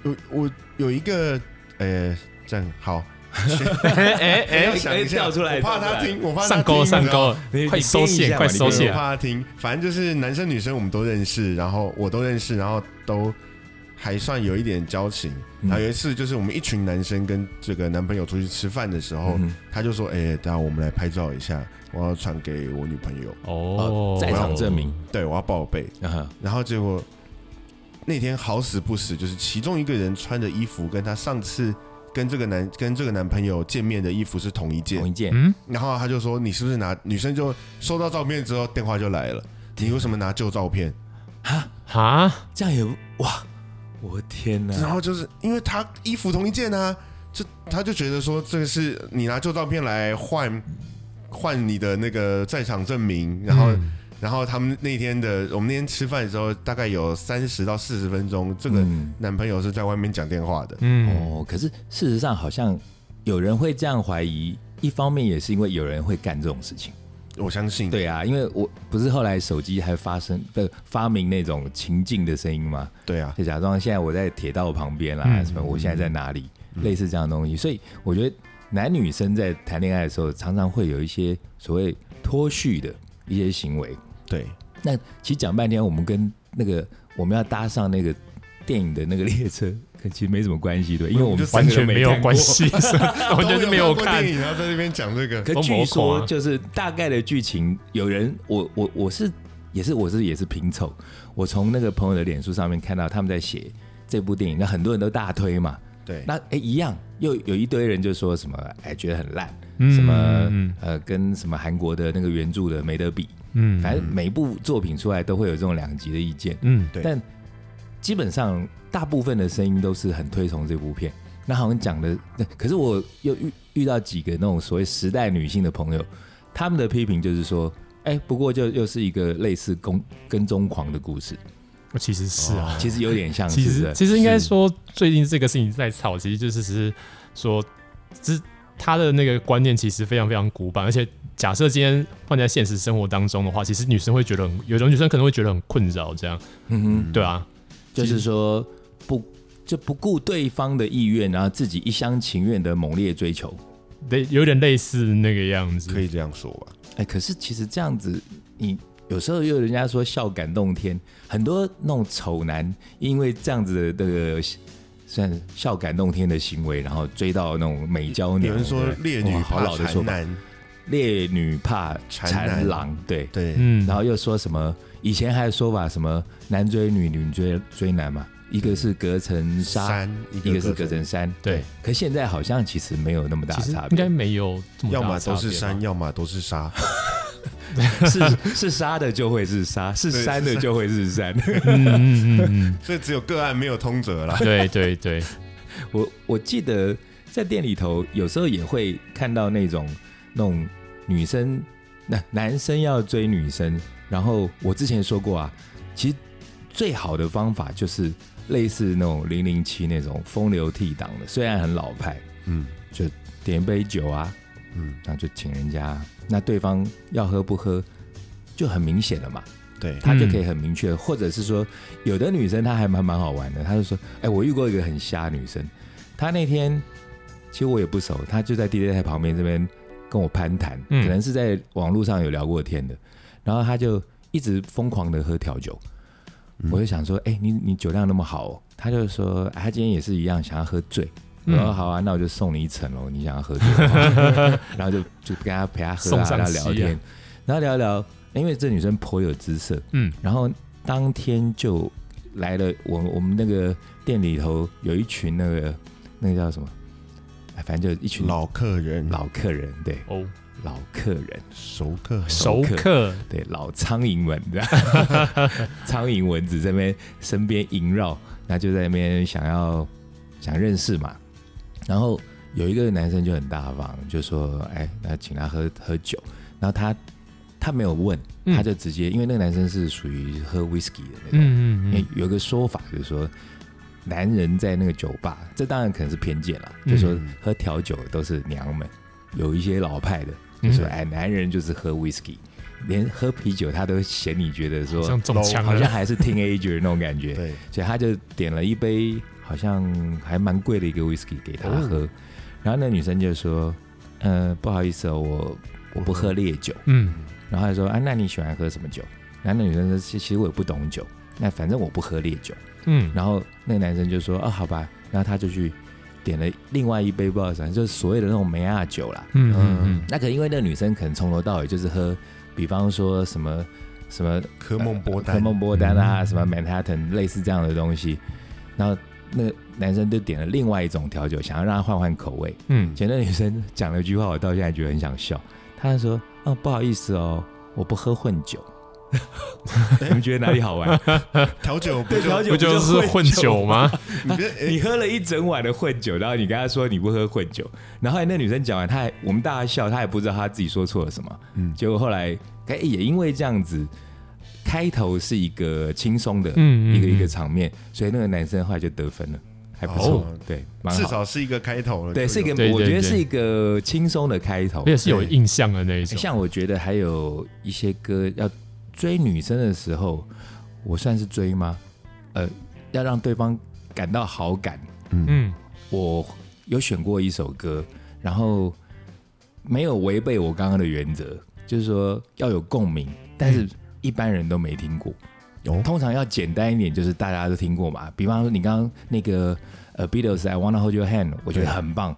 Speaker 1: 我我有一个呃，这样 好，
Speaker 3: 哎哎
Speaker 1: 我
Speaker 2: 哎
Speaker 1: 要想一下，
Speaker 2: 哎掉出来
Speaker 1: 我怕
Speaker 2: 掉出
Speaker 1: 他
Speaker 2: 来
Speaker 1: 听，我怕他
Speaker 3: 上钩
Speaker 1: 听
Speaker 3: 上，钩
Speaker 2: 你知道，
Speaker 3: 快收
Speaker 2: 你编一
Speaker 3: 线
Speaker 2: 下嘛
Speaker 3: 快
Speaker 2: 你
Speaker 3: 收
Speaker 1: 你知道
Speaker 3: 线
Speaker 1: 吗我。怕他听。反正就是男生女生我们都认识，然后我都认识，然后都还算有一点交情。
Speaker 2: 嗯
Speaker 1: 然后有一次就是我们一群男生跟这个男朋友出去吃饭的时候，
Speaker 2: 嗯
Speaker 1: 他就说：“哎、等下我们来拍照一下，我要传给我女朋友，
Speaker 3: 哦
Speaker 2: 哦，在场证明嗯
Speaker 1: 对我要报备。”
Speaker 2: 哼，
Speaker 1: 然后结果那天好死不死，就是其中一个人穿的衣服跟他上次跟这个男跟这个男朋友见面的衣服是同一件
Speaker 2: 同，一件，
Speaker 3: 嗯，
Speaker 1: 然后他就说你是不是拿女生就收到照片之后电话就来了，你为什么拿旧照片？
Speaker 3: 哈，
Speaker 2: 这样也不哇，我的天哪！
Speaker 1: 然后就是因为他衣服同一件啊，就他就觉得说这个是你拿旧照片来换换你的那个在场证明，然后、
Speaker 3: 嗯
Speaker 1: 然后他们那天的我们那天吃饭的时候，大概有三十到四十分钟，这个
Speaker 2: 嗯
Speaker 1: 男朋友是在外面讲电话的。
Speaker 3: 嗯，
Speaker 2: 哦，可是事实上好像有人会这样怀疑，一方面也是因为有人会干这种事情。
Speaker 1: 我相信，
Speaker 2: 对啊，因为我不是后来手机还发生不是发明那种情境的声音吗？
Speaker 1: 对啊，
Speaker 2: 就假装现在我在铁道旁边啦，
Speaker 3: 嗯
Speaker 2: 什么我现在在哪里，类似这样的东西。所以我觉得男女生在谈恋爱的时候，常常会有一些所谓脱序的一些行为。
Speaker 1: 对，
Speaker 2: 那其实讲半天，我们跟那个我们要搭上那个电影的那个列车， 可其实没什么关系，对，
Speaker 3: 嗯
Speaker 2: 因为我们
Speaker 1: 就
Speaker 2: 三
Speaker 3: 完
Speaker 2: 个都
Speaker 3: 全没有
Speaker 2: 看过
Speaker 3: 关。系， 哦完全是没有
Speaker 1: 都
Speaker 3: 看
Speaker 1: 电。影，然后在那边讲这个，
Speaker 2: 可
Speaker 3: 都
Speaker 2: 据
Speaker 3: 没看啊
Speaker 2: 说就是大概的剧情，有人我我我是也是我是也是拼凑，我从那个朋友的脸书上面看到他们在写这部电影，那很多人都大推嘛，
Speaker 1: 对，
Speaker 2: 那哎、诶一样又有一堆人就说什么哎、觉得很烂，
Speaker 3: 嗯
Speaker 2: 什么
Speaker 3: 嗯
Speaker 2: 呃跟什么韩国的那个原著的没得比，
Speaker 3: 嗯
Speaker 2: 反正每一部作品出来都会有这种两极的意见，
Speaker 3: 嗯，
Speaker 1: 对
Speaker 2: 但基本上大部分的声音都是很推崇这部片。那好像讲的，对可是我又遇遇到几个那种所谓时代女性的朋友，他们的批评就是说，哎、不过就又是一个类似跟跟踪狂的故事，
Speaker 3: 其实是啊，
Speaker 2: 其实有点像
Speaker 3: 其
Speaker 2: 是不嗯
Speaker 3: 实
Speaker 2: 是
Speaker 3: 其实应该
Speaker 2: 是
Speaker 3: 说最近这个事情在吵，其实就是只是说，只他的那个观念其实非常非常古板，而且假设今天放在现实生活当中的话，其实女生会觉得很，有种女生可能会觉得很困扰，这样，
Speaker 2: 嗯哼，
Speaker 3: 对啊，
Speaker 2: 就是说不就不顾对方的意愿，然后自己一厢情愿的猛烈追求。
Speaker 3: 类有点类似那个样子，
Speaker 1: 可以这样说吧？
Speaker 2: 哎，可是其实这样子，你有时候又有人家说孝感动天，很多那种丑男因为这样子的这个算是孝感动天的行为，然后追到那种美娇娘。
Speaker 1: 有人说
Speaker 2: 对不
Speaker 1: 烈
Speaker 2: 对
Speaker 1: 女
Speaker 2: 哇好
Speaker 1: 怕
Speaker 2: 老的
Speaker 1: 缠
Speaker 2: 说法，
Speaker 1: 男，
Speaker 2: 烈女怕
Speaker 1: 缠男
Speaker 2: 缠郎，对。
Speaker 1: 对，
Speaker 3: 嗯，
Speaker 2: 然后又说什么？以前还有说法什么男追女，女追追男嘛，一个是隔层纱，
Speaker 1: 山
Speaker 2: 一
Speaker 1: 一
Speaker 2: 个是隔
Speaker 1: 个
Speaker 2: 层山。
Speaker 3: 对，
Speaker 2: 可现在好像其实没有那么大
Speaker 3: 其
Speaker 2: 的
Speaker 3: 实
Speaker 2: 差
Speaker 3: 应
Speaker 2: 别，
Speaker 3: 该没有这么大
Speaker 1: 要
Speaker 3: 的
Speaker 1: 么都是
Speaker 3: 差别吧
Speaker 1: 山，要么都是沙。
Speaker 2: 是是杀的就会是杀，是
Speaker 1: 对
Speaker 2: 山的就会是山。
Speaker 3: 嗯嗯嗯嗯，
Speaker 1: 所以只有个案没有通则啦。
Speaker 3: 对对对，
Speaker 2: 我我记得在店里头有时候也会看到那种那种女生，那男生要追女生，然后我之前说过啊，其实最好的方法就是类似那种零零七那种风流倜傥的，虽然很老派，
Speaker 1: 嗯
Speaker 2: 点一杯酒啊，
Speaker 1: 嗯，
Speaker 2: 那就请人家，那对方要喝不喝就很明显了嘛。
Speaker 1: 对，
Speaker 2: 她就可以很明确，或者是说，有的女生她还蛮蛮好玩的，她就说，哎、我遇过一个很瞎的女生，她那天其实我也不熟，她就在 DJ 台旁边这边跟我攀谈，
Speaker 3: 嗯
Speaker 2: 可能是在网络上有聊过天的，然后她就一直疯狂的喝调酒，我就想说，哎、你你酒量那么好、哦，她就说，哎她今天也是一样想要喝醉。我
Speaker 3: 嗯
Speaker 2: 说好啊，那我就送你一层楼，你想要喝醉的话，然后就就跟她陪她喝啊，
Speaker 3: 送上
Speaker 2: 然后聊
Speaker 3: 西啊
Speaker 2: 天，然后聊一聊，哎因为这女生颇有姿色，
Speaker 3: 嗯
Speaker 2: 然后当天就来了我我们那个店里头有一群那个那个叫什么，哎，反正就一群
Speaker 1: 老客人、
Speaker 2: 老客人，对，
Speaker 3: 哦，
Speaker 2: 老客人，
Speaker 1: 熟客人，
Speaker 2: 熟
Speaker 3: 熟
Speaker 2: 客
Speaker 3: 客，
Speaker 2: 对，老苍蝇们， 这样苍蝇蚊子在那边身边萦绕，那就在那边想要想认识嘛。然后有一个男生就很大方，就说：“哎，那请他喝喝酒。”然后他他没有问，
Speaker 3: 嗯
Speaker 2: 他就直接，因为那个男生是属于喝 whisky 的那种，
Speaker 3: 嗯嗯
Speaker 2: 因为
Speaker 3: 嗯，
Speaker 2: 有一个说法就是说，男人在那个酒吧，这当然可能是偏见了，就说
Speaker 1: 嗯
Speaker 2: 喝调酒都是娘们，有一些老派的就
Speaker 3: 嗯
Speaker 2: 说，哎，男人就是喝 whisky，连喝啤酒他都嫌你觉得说
Speaker 3: 像中枪
Speaker 2: 好像
Speaker 3: 了，
Speaker 2: 还是 teenager 那种感 觉，
Speaker 1: 对，
Speaker 2: 所以他就点了一杯好像还蛮贵的一个 whisky 给他喝，然后那女生就说，呃，不好意思哦，我我不喝烈酒。
Speaker 3: 嗯
Speaker 2: 然后他就说：“啊，那你喜欢喝什么酒？”然后那女生说：“其其实我也不懂酒，那反正我不喝烈酒。”
Speaker 3: 嗯，
Speaker 2: 然后那个男生就说：“啊，好吧。”然后他就去点了另外一杯，不知道啥，就是所谓的那种梅亚酒啦。
Speaker 3: 嗯嗯
Speaker 2: 那可能因为那个女生可能从头到尾就是喝，比方说什么什么
Speaker 1: 科梦波
Speaker 2: 科
Speaker 1: 丹，
Speaker 2: 梦波丹
Speaker 3: 嗯
Speaker 2: 啊，什么 Manhattan 类似这样的东西。然后那个男生就点了另外一种调酒，想要让她换换口味。
Speaker 3: 嗯
Speaker 2: 前那女生讲了一句话，我到现在觉得很想笑。她说：“哦，不好意思哦，我不喝混酒。” 你们觉得哪里好玩？
Speaker 1: 调酒不
Speaker 2: 对调
Speaker 1: 就
Speaker 2: 酒啊
Speaker 3: 嗯，不就是混酒吗？
Speaker 1: 你这哎
Speaker 2: 你喝了一整晚的混酒，然后你跟她说你不喝混酒，然后后来那女生讲完，她还我们大家笑，她也不知道她自己说错了什么。
Speaker 1: 嗯
Speaker 2: 结果后来，哎，也因为这样子，开头是一个轻松的
Speaker 3: 嗯嗯
Speaker 2: 一个一个
Speaker 3: 嗯
Speaker 2: 场面，所以那个男生后来就得分了，还不错
Speaker 1: 哦，
Speaker 2: 对，蛮
Speaker 1: 至
Speaker 2: 好。
Speaker 1: 少是一个开头了，
Speaker 2: 对，是一个
Speaker 3: 对对
Speaker 2: 我觉得
Speaker 3: 对
Speaker 2: 是一个轻松的开头
Speaker 3: 而，且是有印象的那
Speaker 2: 欸
Speaker 3: 一种，
Speaker 2: 像我觉得还有一些歌要追女生的时候，我算是追吗？呃，要让对方感到好感。
Speaker 3: 嗯
Speaker 2: 我有选过一首歌，然后没有违背我刚刚的原则，就是说要有共鸣，但是一般人都没听过。
Speaker 1: 哦
Speaker 2: 通常要简单一点，就是大家都听过嘛。比方说你刚刚那个呃 Beatles I Wanna Hold Your Hand，我觉得
Speaker 1: 对
Speaker 2: 很棒，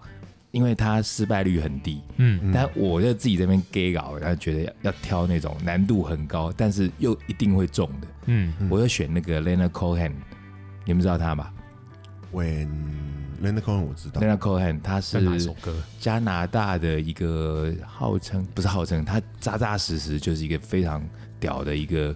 Speaker 2: 因为它失败率很低。
Speaker 3: 嗯
Speaker 1: 嗯
Speaker 2: 但我就自己这边 gay 搞，然后觉得要要挑那种难度很高，但是又一定会中的，
Speaker 3: 嗯
Speaker 1: 嗯
Speaker 2: 我就选那个 Leonard Cohen，你们知道他吧
Speaker 1: When Leonard Cohen 我知道，
Speaker 2: ？Leonard Cohen 他
Speaker 3: 是哪一首
Speaker 2: 是
Speaker 3: 歌？
Speaker 2: 加拿大的一个号称不是号称，他扎扎实实就是一个非常屌的一个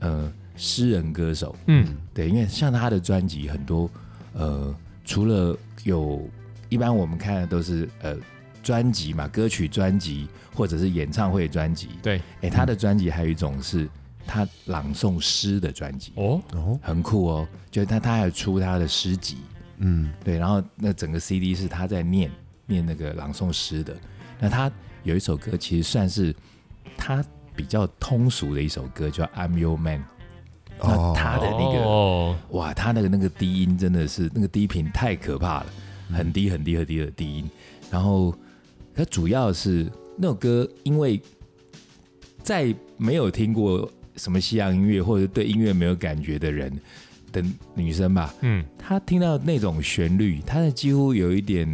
Speaker 2: 呃诗人歌手，
Speaker 3: 嗯
Speaker 2: 对，因为像他的专辑很多，呃，除了有一般我们看的都是呃专辑嘛，歌曲专辑或者是演唱会专辑，
Speaker 3: 对，
Speaker 2: 哎、他的专辑还有一种是他朗诵诗的专辑，
Speaker 3: 哦，
Speaker 1: 哦，
Speaker 2: 很酷哦，就是他他还有出他的诗集，
Speaker 1: 嗯
Speaker 2: 对，然后那整个 CD 是他在念，念那个朗诵诗的。那他有一首歌，其实算是他比较通俗的一首歌，叫《I'm Your Man》。
Speaker 1: 哦
Speaker 2: 那他的那个、
Speaker 3: 哦
Speaker 2: 哇，他那个那个低音真的是那个低频太可怕了，很低很低很低的低音。然后，它主要是那首歌，因为在没有听过什么西洋音乐或者对音乐没有感觉的人的女生吧，
Speaker 3: 嗯，
Speaker 2: 她听到那种旋律，她的几乎有一点，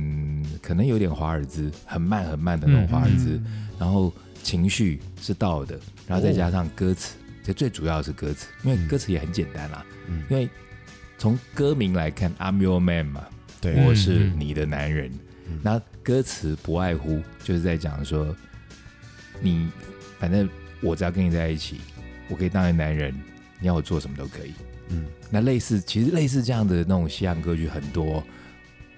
Speaker 2: 可能有点华尔兹，很慢很慢的那种华尔兹，然后情绪是到的，然后再加上歌词，这、最主要的是歌词，因为歌词也很简单啦，
Speaker 1: 嗯
Speaker 2: 因为从歌名来看，I'm your man 嘛，
Speaker 1: 对，
Speaker 2: 我是你的男人，
Speaker 1: 嗯
Speaker 2: 那、歌词不外乎就是在讲说，你反正我只要跟你在一起，我可以当你男人，你要我做什么都可以。
Speaker 1: 嗯，
Speaker 2: 那类似，其实类似这样的那种西洋歌曲很多，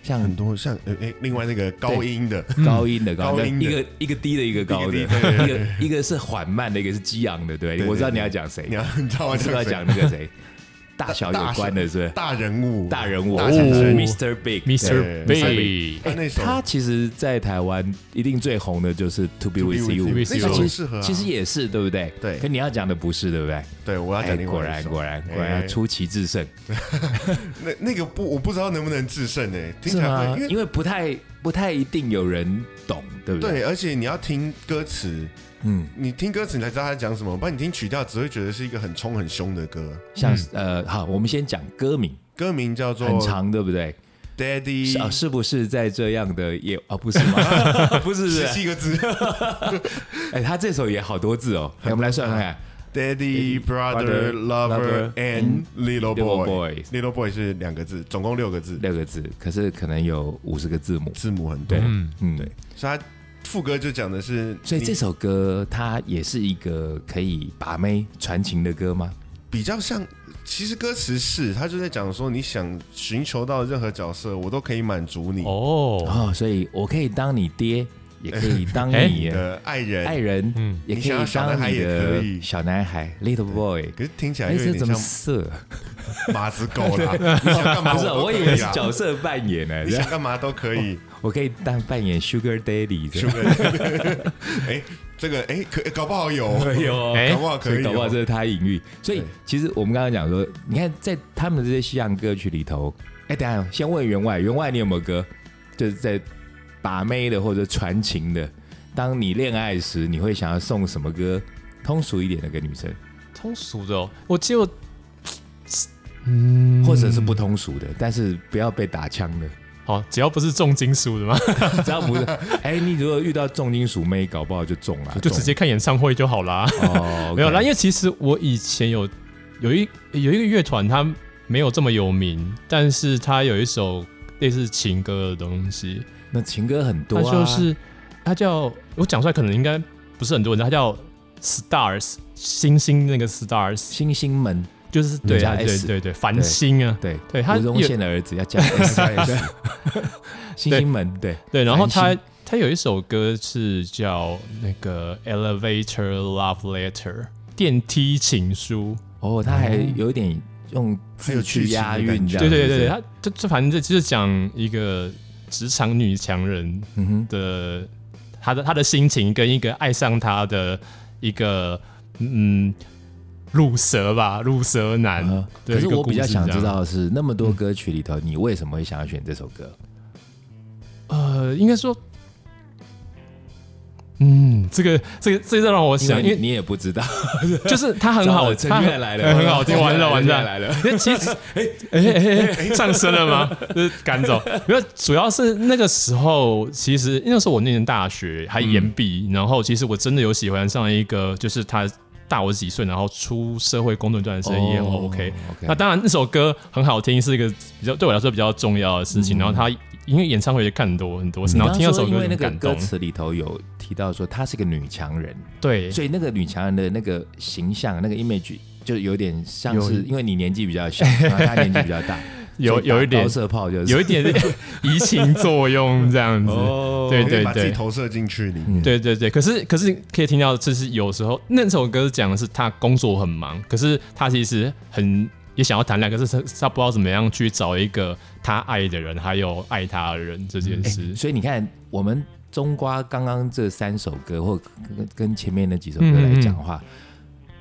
Speaker 2: 像
Speaker 1: 很多像呃诶，另外那个高音的，
Speaker 2: 高音的高
Speaker 1: 高
Speaker 2: 音
Speaker 1: 音
Speaker 2: 的，
Speaker 1: 的
Speaker 2: 一个一个低的，一个高的，
Speaker 1: 一
Speaker 2: 一
Speaker 1: 个低对对
Speaker 2: 个一个是缓慢的，一个是激昂的，对
Speaker 1: 对对
Speaker 2: 我知道你要讲谁
Speaker 1: 你，要你知道我
Speaker 2: 我知道
Speaker 1: 讲
Speaker 2: 要
Speaker 1: 谁
Speaker 2: 讲？那 个谁，大小有关的是不是
Speaker 1: 大人物，
Speaker 2: 大人物
Speaker 1: 大小
Speaker 3: 人物
Speaker 2: ，Mr. Big，
Speaker 3: ，Mr.
Speaker 1: 对
Speaker 3: Big，
Speaker 1: 他那首
Speaker 2: 哎他其实，在台湾一定最红的就是《To Be
Speaker 1: To be
Speaker 2: With
Speaker 1: with
Speaker 2: You
Speaker 1: you，》，
Speaker 3: with
Speaker 1: 那
Speaker 3: you
Speaker 1: 首很适合啊，
Speaker 2: 其实也是对不对？
Speaker 1: 对
Speaker 2: 可你要讲的不是对不对？
Speaker 1: 对我要
Speaker 2: 哎
Speaker 1: 讲另外
Speaker 2: 果
Speaker 1: 一
Speaker 2: 然
Speaker 1: 首
Speaker 2: 果然
Speaker 1: 哎
Speaker 2: 果然出奇制胜，
Speaker 1: 那那个不我不知道能不能制胜诶，听
Speaker 2: 是
Speaker 1: 起来
Speaker 2: 吗
Speaker 1: 会因？为
Speaker 2: 啊因为不太不太一定有人懂，对不对？
Speaker 1: 对，而且你要听歌词，
Speaker 2: 嗯，
Speaker 1: 你听歌词你才知道他在讲什么，不然你听曲调只会觉得是一个很冲很凶的歌。
Speaker 2: 像
Speaker 1: 嗯
Speaker 2: 呃，好，我们先讲歌名，
Speaker 1: 歌名叫做
Speaker 2: 很
Speaker 1: 《
Speaker 2: 长，对不对？是啊，
Speaker 1: Daddy
Speaker 2: 是不是在这样的夜啊？不是 吗？不》，是，
Speaker 1: 十
Speaker 2: 是
Speaker 1: 七个 字
Speaker 2: 哎，他这首也好多字哦。哎我们来
Speaker 1: 嗯
Speaker 2: 算算看，
Speaker 1: ：Daddy, brother,
Speaker 2: brother, lover,
Speaker 1: lover and little
Speaker 2: little
Speaker 1: boy。
Speaker 2: boy
Speaker 1: Little boy 是两个字，总共六个字，
Speaker 2: 六个字，可是可能有五十个字母。
Speaker 1: 字母很多
Speaker 2: 对，，
Speaker 3: 嗯
Speaker 2: 嗯，
Speaker 1: 对所以他副歌就讲的是，
Speaker 2: 所以这首歌它也是一个可以把妹传情的歌吗？
Speaker 1: 比较像，其实歌词是他就在讲说，你想寻求到的任何角色，我都可以满足你
Speaker 3: 哦，
Speaker 2: 哦，所以我可以当你爹，也可以 当
Speaker 3: 哎
Speaker 2: 你
Speaker 1: 的爱人。
Speaker 2: 爱人，
Speaker 3: 嗯
Speaker 2: 也可
Speaker 1: 你想
Speaker 2: 以
Speaker 1: 要小男
Speaker 2: 当
Speaker 1: 孩
Speaker 2: 你
Speaker 1: 也可
Speaker 2: 的
Speaker 1: 以
Speaker 2: 小男孩 little boy。
Speaker 1: 可是听起来
Speaker 2: 哎，
Speaker 1: 又有
Speaker 2: 这怎
Speaker 1: 点
Speaker 2: 么
Speaker 1: 像
Speaker 2: 色？
Speaker 1: 马子狗 啦，你想干嘛
Speaker 2: 不是，
Speaker 1: 都
Speaker 2: 我
Speaker 1: 可
Speaker 2: 以为
Speaker 1: 以
Speaker 2: 是
Speaker 1: 啊，
Speaker 2: 角色扮演 呢
Speaker 1: 你。想干嘛都可 以。
Speaker 2: 我可以当扮演 Sugar Daddy
Speaker 1: 是
Speaker 2: 的，
Speaker 1: 不是？哎，这个哎，可搞不好有，
Speaker 2: 有
Speaker 3: 哎
Speaker 1: 搞不好
Speaker 2: 所
Speaker 1: 可
Speaker 2: 以
Speaker 1: 以
Speaker 2: 搞不好
Speaker 1: 哦，
Speaker 2: 这是他隐喻。所以
Speaker 1: 对
Speaker 2: 其实我们刚刚讲说，你看在他们这些西洋歌曲里头，哎，等一下先问员外，员外你有没有歌，就是在把妹的或者传情的？当你恋爱时，你会想要送什么歌？通俗一点的给女生，
Speaker 3: 通俗的哦，我记得我，嗯
Speaker 2: 或者是不通俗的，但是不要被打枪的。
Speaker 3: 好，只要不是重金属的嘛，
Speaker 2: 只要不是，哎，你如果遇到重金属妹，搞不好就中了，
Speaker 3: 就直接看演唱会就好啦。
Speaker 2: 哦，
Speaker 3: 没有啦，因
Speaker 2: 为
Speaker 3: 为其实我以前有有一有一个乐团，它没有这么有名，但是它有一首类似情歌的东西，
Speaker 2: 那情歌很多
Speaker 3: 它
Speaker 2: 啊，
Speaker 3: 就是它叫我讲出来可能应该不是很多人知道，它叫 Stars 星星那个 Stars，
Speaker 2: 星星们，
Speaker 3: 就是对
Speaker 2: 加
Speaker 3: 啊对
Speaker 2: S
Speaker 3: 对对繁星啊，
Speaker 2: 对
Speaker 3: 对他
Speaker 2: 吴宗
Speaker 3: 有
Speaker 2: 宪的儿子要 加 S，对星星们，对
Speaker 3: 对，然后
Speaker 2: 繁
Speaker 3: 它它有一首歌是叫那个 Elevator Love Letter 电梯情书，
Speaker 2: 哦，他还有一点用字去押韵，这样
Speaker 3: 对对对对，
Speaker 2: 是
Speaker 3: 它这这反正这就是讲一个职场女强人
Speaker 2: 不是嗯哼，
Speaker 3: 的她的她的心情跟一个爱上她的一个嗯乳蛇吧，乳蛇男。
Speaker 2: 呃
Speaker 3: 对
Speaker 2: 可是
Speaker 3: 一个
Speaker 2: 我比较
Speaker 3: 故事
Speaker 2: 想
Speaker 3: 这样嗯
Speaker 2: 知道的是，那么多歌曲里头，你为什么会想要选这首歌？
Speaker 3: 呃，应该说，嗯，这个这个这个让我
Speaker 2: 因
Speaker 3: 想，
Speaker 2: 为
Speaker 3: 啊因
Speaker 2: 你
Speaker 3: 为
Speaker 2: 你也不知道，
Speaker 3: 就是它很 好，
Speaker 2: 陈
Speaker 3: 它
Speaker 2: 月
Speaker 3: 很
Speaker 2: 来
Speaker 3: 哎
Speaker 2: 了，
Speaker 3: 很 好听，完了完
Speaker 2: 陈月
Speaker 3: 了。
Speaker 2: 来了，
Speaker 3: 因为其实， 哎哎哎，上升了 吗？就是赶走，没有，主要是那个时候，其实那时候我念大学还研毕，然后其实我真的有喜欢上一个，就是他大我几岁，然后出社会工作一段时间也很哦 OK。
Speaker 2: 哦 OK，
Speaker 3: 那当然，那首歌很好听，是一个比较对我来说比较重要的事情。然后他因为演唱会也看很多很多次，
Speaker 2: 你
Speaker 3: 然
Speaker 2: 刚刚
Speaker 3: 后听到这
Speaker 2: 说
Speaker 3: 首
Speaker 2: 因
Speaker 3: 歌
Speaker 2: 为
Speaker 3: 就
Speaker 2: 那个
Speaker 3: 很感
Speaker 2: 歌
Speaker 3: 动。
Speaker 2: 词里头有提到说她是个女强人，
Speaker 3: 对，
Speaker 2: 所以那个女强人的那个形象，那个 image 就有点像是，
Speaker 3: 有
Speaker 2: 因为你年纪比较 小，然后她年纪比较大，
Speaker 3: 有
Speaker 2: 所以打
Speaker 3: 有一点
Speaker 2: 高射炮就是
Speaker 3: 有一点 移情作用这样子。
Speaker 2: 哦
Speaker 3: 对
Speaker 1: 你可以
Speaker 3: 对
Speaker 1: 把自己
Speaker 3: 对。
Speaker 1: 投射进去里
Speaker 2: 嗯
Speaker 1: 面。
Speaker 3: 对对对，可是可是可以听到，就是有时候那首歌讲的是他工作很忙，可是他其实很也想要谈恋爱，可是他他不知道怎么样去找一个他爱的人，还有爱他的人这件事。
Speaker 2: 所以你看，我们中瓜刚刚这三首歌，或跟跟前面那几首歌来讲
Speaker 3: 嗯
Speaker 2: 话，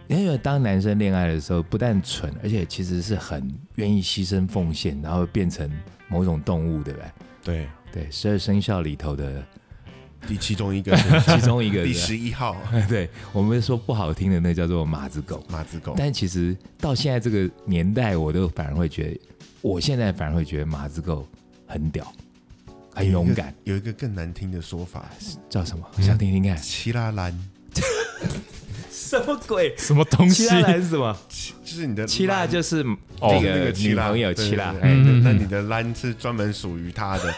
Speaker 2: 因为当男生恋爱的时候，不但蠢，而且其实是很愿意牺牲奉献，然后变成某种动物，对不对？
Speaker 1: 对，
Speaker 2: 对，十二生肖里头的
Speaker 1: 第其中一个
Speaker 2: 其中一个，
Speaker 1: 第十一 号
Speaker 2: 对我们说不好听的，那叫做马子狗。
Speaker 1: 马子狗，
Speaker 2: 但其实到现在这个年代，我都反而会觉得，我现在反而会觉得马子狗很屌，很勇敢。
Speaker 1: 有一个更难听的说法，
Speaker 2: 叫什么？我想听听看。
Speaker 1: 奇拉兰，
Speaker 2: 什么鬼？
Speaker 3: 什么东
Speaker 2: 七
Speaker 3: 西？
Speaker 2: 辣男是什么？
Speaker 1: 七就是你的
Speaker 2: 七辣
Speaker 1: 兰
Speaker 2: 就是
Speaker 1: 哦
Speaker 2: 那
Speaker 1: 那个
Speaker 2: 个女朋友七辣，
Speaker 1: 对对对
Speaker 2: 哎，
Speaker 1: 对
Speaker 3: 嗯
Speaker 1: 那你的兰是专门属于他的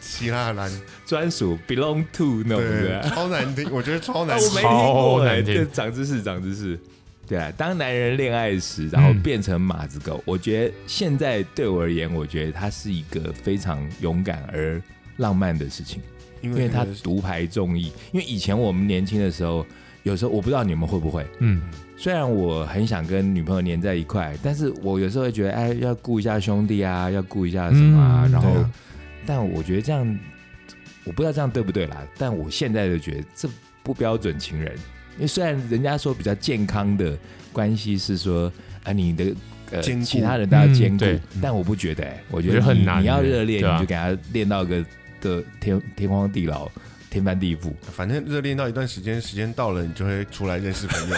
Speaker 1: 奇拉 兰，
Speaker 2: 专属 belong to 那种
Speaker 1: 对
Speaker 2: 的。，
Speaker 1: 超难听，我觉得超
Speaker 2: 啊
Speaker 1: 难
Speaker 2: 我
Speaker 1: 听
Speaker 2: 没听
Speaker 3: 超
Speaker 2: 过哎，
Speaker 3: 难听
Speaker 2: 这长知识，长知识。对啊，当男人恋爱时，然后
Speaker 3: 嗯
Speaker 2: 变成马子狗，我觉得现在对我而言，我觉得他是一个非常勇敢而浪漫的事情。
Speaker 1: 因
Speaker 2: 因为他
Speaker 1: 那个是
Speaker 2: 独排众议。因为以前我们年轻的时候，有时候我不知道你们会不会，
Speaker 3: 嗯，
Speaker 2: 虽然我很想跟女朋友黏在一块，但是我有时候会觉得，哎，要顾一下兄弟啊，要顾一下什么啊，
Speaker 3: 嗯
Speaker 2: 然后，
Speaker 1: 对啊
Speaker 2: 但我觉得这样，我不知道这样对不对啦，但我现在就觉得这不标准情人，因为虽然人家说比较健康的关系是说，啊，你的。呃，
Speaker 1: 兼顾
Speaker 2: 其他人都要
Speaker 3: 嗯
Speaker 2: 兼顾，
Speaker 3: 对
Speaker 2: 但我不觉得、哎，我觉
Speaker 3: 我
Speaker 2: 得
Speaker 3: 觉得很
Speaker 2: 你
Speaker 3: 难
Speaker 2: 你要
Speaker 3: 欸
Speaker 2: 热恋，
Speaker 3: 对啊
Speaker 2: 你就给他练到个的天天荒地老、天翻地覆。
Speaker 1: 反正热恋到一段时间，时间到了，你就会出来认识朋友。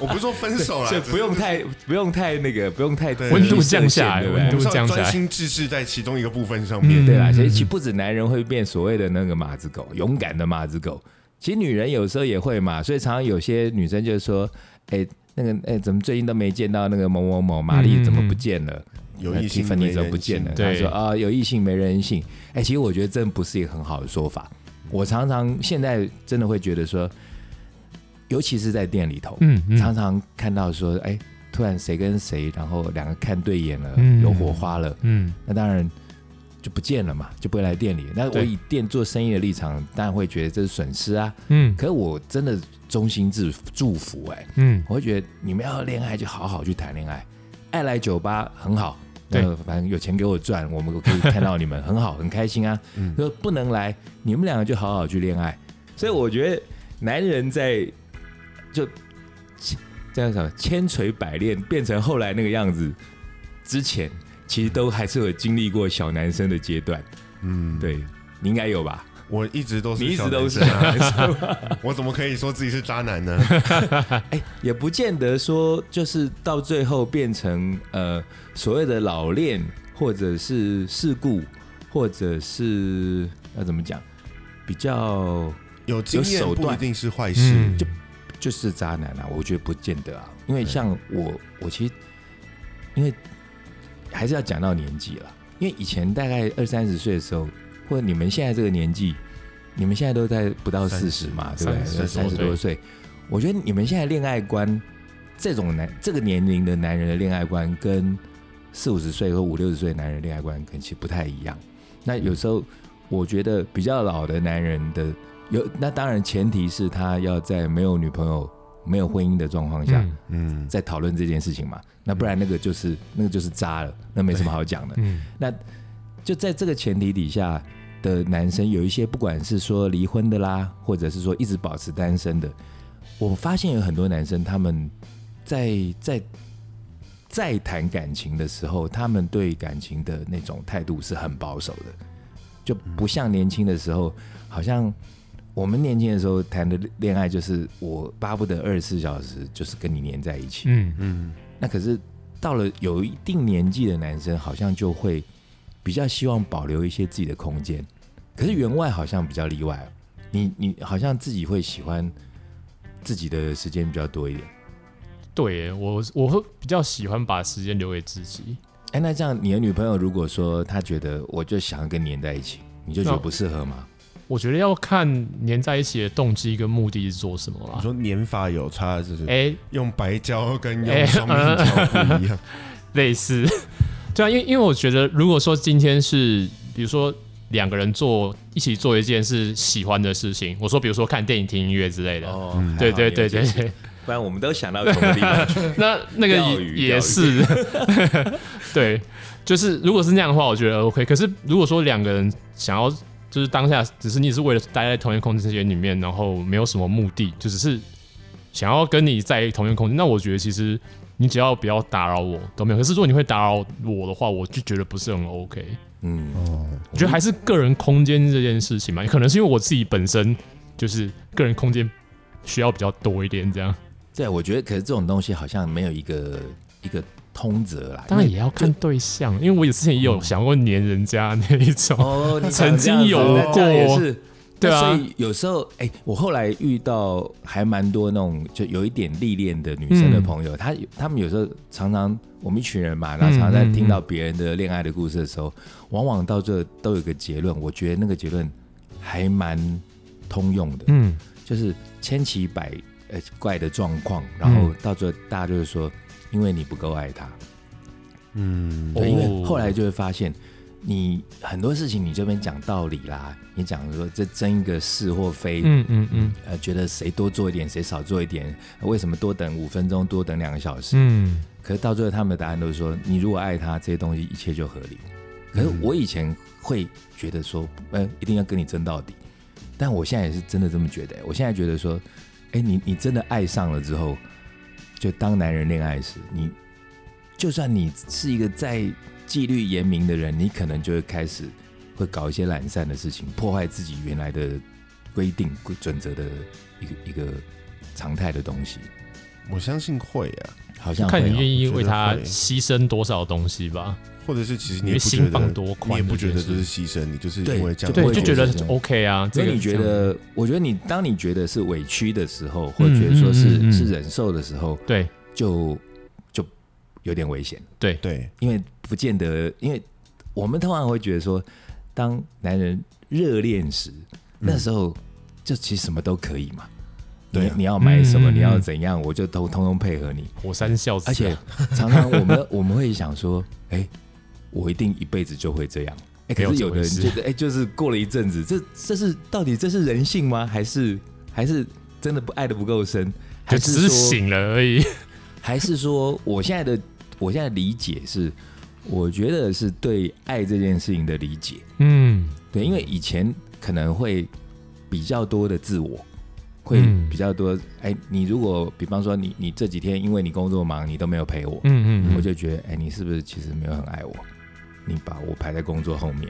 Speaker 1: 我不是说分手啦，
Speaker 2: 所以
Speaker 1: 只是
Speaker 2: 不用太不用太那个，不用太
Speaker 1: 对
Speaker 3: 温度降下来
Speaker 2: 对不
Speaker 3: 温
Speaker 1: 我
Speaker 3: 度
Speaker 2: 对？
Speaker 1: 们是要
Speaker 3: 降下来
Speaker 1: 专心致志在其中一个部分上面。
Speaker 2: 对啦，
Speaker 3: 嗯
Speaker 2: 其实其实不止男人会变所谓的那个马子狗，勇敢的马子狗，其实女人有时候也会嘛，所以常常有些女生就说，哎、那个哎、怎么最近都没见到那个某某某玛
Speaker 3: 嗯
Speaker 2: 丽怎么不见了？
Speaker 1: 有异性
Speaker 2: 分
Speaker 1: 没
Speaker 2: 你
Speaker 1: 人
Speaker 2: 怎么不见了？
Speaker 1: 性
Speaker 2: 他
Speaker 3: 对
Speaker 2: 说啊，有异性没人性。哎、其实我觉得这不是一个很好的说法。我常常现在真的会觉得说，尤其是在店里头，
Speaker 3: 嗯嗯
Speaker 2: 常常看到说，哎、突然谁跟谁，然后两个看对眼了，
Speaker 3: 嗯
Speaker 2: 有火花了，
Speaker 3: 嗯，
Speaker 2: 那当然就不见了嘛，就不会来店里。那我
Speaker 3: 对
Speaker 2: 以店做生意的立场，当然会觉得这是损失啊。
Speaker 3: 嗯
Speaker 2: 可是我真的衷心祝祝福哎、
Speaker 3: 嗯，
Speaker 2: 我会觉得你们要恋爱就好好去谈恋爱，爱来酒吧很好，
Speaker 3: 对
Speaker 2: 那反正有钱给我赚，我们可以看到你们很好，很开心啊。
Speaker 1: 嗯
Speaker 2: 说不能来，你们两个就好好去恋爱。所以我觉得男人在就这样什么千锤百炼变成后来那个样子之前，其实都还是有经历过小男生的阶段。
Speaker 1: 嗯，
Speaker 2: 对，你应该有吧？
Speaker 1: 我一直都是
Speaker 2: 你一直都是
Speaker 1: 小男生啊， 我怎么可以说自己是渣男呢？
Speaker 2: 也不见得说就是到最后变成呃所谓的老练，或者是事故，或者是要怎么讲，比较
Speaker 1: 有经验
Speaker 2: 有手段
Speaker 1: 不一定是坏事，
Speaker 3: 就
Speaker 2: 就是渣男啊，我觉得不见得啊，因为像我，我其实因为还是要讲到年纪了，因为以前大概二三十岁的时候，或者你们现在这个年纪，你们现在都在不到四十嘛，对不对？
Speaker 1: 30
Speaker 2: 三十多岁，我觉得你们现在恋爱观，这种男这个年龄的男人的恋爱观，跟四五十岁和五六十岁的男人恋爱观，可能其实不太一样。那有时候我觉得比较老的男人的有，那当然前提是他要在没有女朋友、没有婚姻的状况下，
Speaker 3: 嗯
Speaker 1: 嗯，
Speaker 2: 在讨论这件事情嘛。那不然那个就是那个就是渣了，那没什么好讲的。
Speaker 3: 嗯
Speaker 2: 就在这个前提底下的男生，有一些不管是说离婚的啦，或者是说一直保持单身的，我发现有很多男生他们在在在谈感情的时候，他们对感情的那种态度是很保守的，就不像年轻的时候，好像。我们年轻的时候谈的恋爱，就是我巴不得二十四小时就是跟你黏在一起，
Speaker 3: 嗯
Speaker 1: 嗯，
Speaker 2: 那可是到了有一定年纪的男生，好像就会比较希望保留一些自己的空间。可是员外好像比较例外，你你好像自己会喜欢自己的时间比较多一点。
Speaker 3: 对耶我我会比较喜欢把时间留给自己，
Speaker 2: 哎，那这样你的女朋友如果说她觉得我就想要跟你黏在一起，你就觉得
Speaker 3: 那
Speaker 2: 不适合吗？
Speaker 3: 我觉得要看粘在一起的动机跟目的是做什么
Speaker 1: 你
Speaker 3: 啦。
Speaker 1: 说年法有差，就是
Speaker 3: 哎，
Speaker 1: 用白胶跟
Speaker 3: 哎
Speaker 1: 用双面胶不一样。
Speaker 3: 类似， 对啊，因为因为我觉得，如果说今天是比如说两个人做一起做一件是喜欢的事情，我说比如说看电影、听音乐之类的，
Speaker 2: 哦
Speaker 3: 对对对对，对，
Speaker 2: 不然我们都想到同个地方 去。
Speaker 3: 那那个
Speaker 2: 钓鱼
Speaker 3: 也
Speaker 2: 钓
Speaker 3: 也
Speaker 2: 鱼
Speaker 3: 是， 对，就是如果是那样的话，我觉得 OK。可是如果说两个人想要，就是当下只是你是为了待在同一个空间里面，然后没有什么目的，就只是想要跟你在同一个空间，那我觉得其实你只要不要打扰我都没有。可是如果你会打扰我的话，我就觉得不是很 OK。
Speaker 2: 嗯，
Speaker 3: 我觉得还是个人空间这件事情嘛，可能是因为我自己本身就是个人空间需要比较多一点，这样
Speaker 2: 对，我觉得可是这种东西好像没有一个一个通则啦。
Speaker 3: 当然
Speaker 2: 因为
Speaker 3: 也要看对象，因为我也之前也有想过黏人家那一种，
Speaker 2: 哦，你
Speaker 3: 曾经
Speaker 2: 讲这样子
Speaker 3: 有
Speaker 2: 那这样也
Speaker 3: 过
Speaker 2: 是。
Speaker 3: 对啊
Speaker 2: 那所以有时候，哎、我后来遇到还蛮多那种就有一点历练的女生的朋友，她她们有时候常常我们一群人嘛，然后常常在听到别人的恋爱的故事的时候，往往到这都有一个结论，我觉得那个结论还蛮通用的，
Speaker 3: 嗯，
Speaker 2: 就是千奇百呃怪的状况，然后到最后大家就是说，因为你不够爱他，
Speaker 1: 嗯，
Speaker 2: 对，因为
Speaker 3: 哦
Speaker 2: 后来就会发现，你很多事情你这边讲道理啦，你讲说这争一个是或非，
Speaker 3: 嗯嗯嗯
Speaker 2: 呃，觉得谁多做一点，谁少做一点，呃为什么多等五分钟，多等两个小时？
Speaker 3: 嗯，
Speaker 2: 可是到最后，他们的答案都是说，你如果爱他，这些东西一切就合理。可是
Speaker 3: 嗯
Speaker 2: 我以前会觉得说，呃，一定要跟你争到底，但我现在也是真的这么觉得、我现在觉得说，哎、你你真的爱上了之后，就当男人恋爱时，你就算你是一个再纪律严明的人，你可能就会开始会搞一些懒散的事情，破坏自己原来的规定规准则的一个一个常态的东西，
Speaker 1: 我相信会啊，
Speaker 2: 好像
Speaker 3: 看
Speaker 2: 会
Speaker 3: 你
Speaker 2: 哦
Speaker 3: 愿意
Speaker 1: 我觉得
Speaker 3: 为他
Speaker 1: 会
Speaker 3: 牺牲多少东西吧，
Speaker 1: 或者是其实你
Speaker 3: 你
Speaker 1: 也
Speaker 3: 会
Speaker 1: 不觉
Speaker 3: 心
Speaker 1: 得
Speaker 3: 放，多
Speaker 1: 你
Speaker 3: 宽，
Speaker 1: 也不觉得这是牺牲，你就是因为这样
Speaker 2: 对
Speaker 3: 对，
Speaker 1: 做
Speaker 3: 就觉得
Speaker 2: 这样
Speaker 3: OK 啊，
Speaker 2: 所
Speaker 3: 这
Speaker 2: 以
Speaker 3: 个
Speaker 2: 你觉
Speaker 3: 这样
Speaker 2: 得，我觉得你当你觉得是委屈的时候，或者觉得说是、
Speaker 3: 嗯嗯嗯嗯
Speaker 2: 是忍受的时候，
Speaker 3: 对
Speaker 2: 就就有点危险，
Speaker 1: 对，
Speaker 2: 因为不见得，因为我们通常会觉得说，当男人热恋时，那时候就其实什么都可以嘛。
Speaker 1: 对啊
Speaker 2: 你你要买什么，
Speaker 3: 嗯嗯嗯
Speaker 2: 你要怎样，我就都通通配合你。
Speaker 3: 火山孝子啊，
Speaker 2: 而且 常常我们我们会想说，哎、我一定一辈子就会这样。哎、
Speaker 3: 没有
Speaker 2: 可是
Speaker 3: 这
Speaker 2: 有的
Speaker 3: 回
Speaker 2: 人
Speaker 3: 事
Speaker 2: 觉得，哎、就是过了一阵子，这这是到底这是人性吗？还是还是真的不爱的不够深？还
Speaker 3: 就只
Speaker 2: 说
Speaker 3: 是醒了 而已，
Speaker 2: 还是说我现在的我现在的理解是，我觉得是对爱这件事情的理解。
Speaker 3: 嗯
Speaker 2: 对，因为以前可能会比较多的自我，会
Speaker 3: 嗯
Speaker 2: 比较多。哎、你如果比方说你你这几天因为你工作忙，你都没有陪我，
Speaker 3: 嗯嗯，
Speaker 2: 我就觉得，哎、你是不是其实没有很爱我？你把我排在工作后面。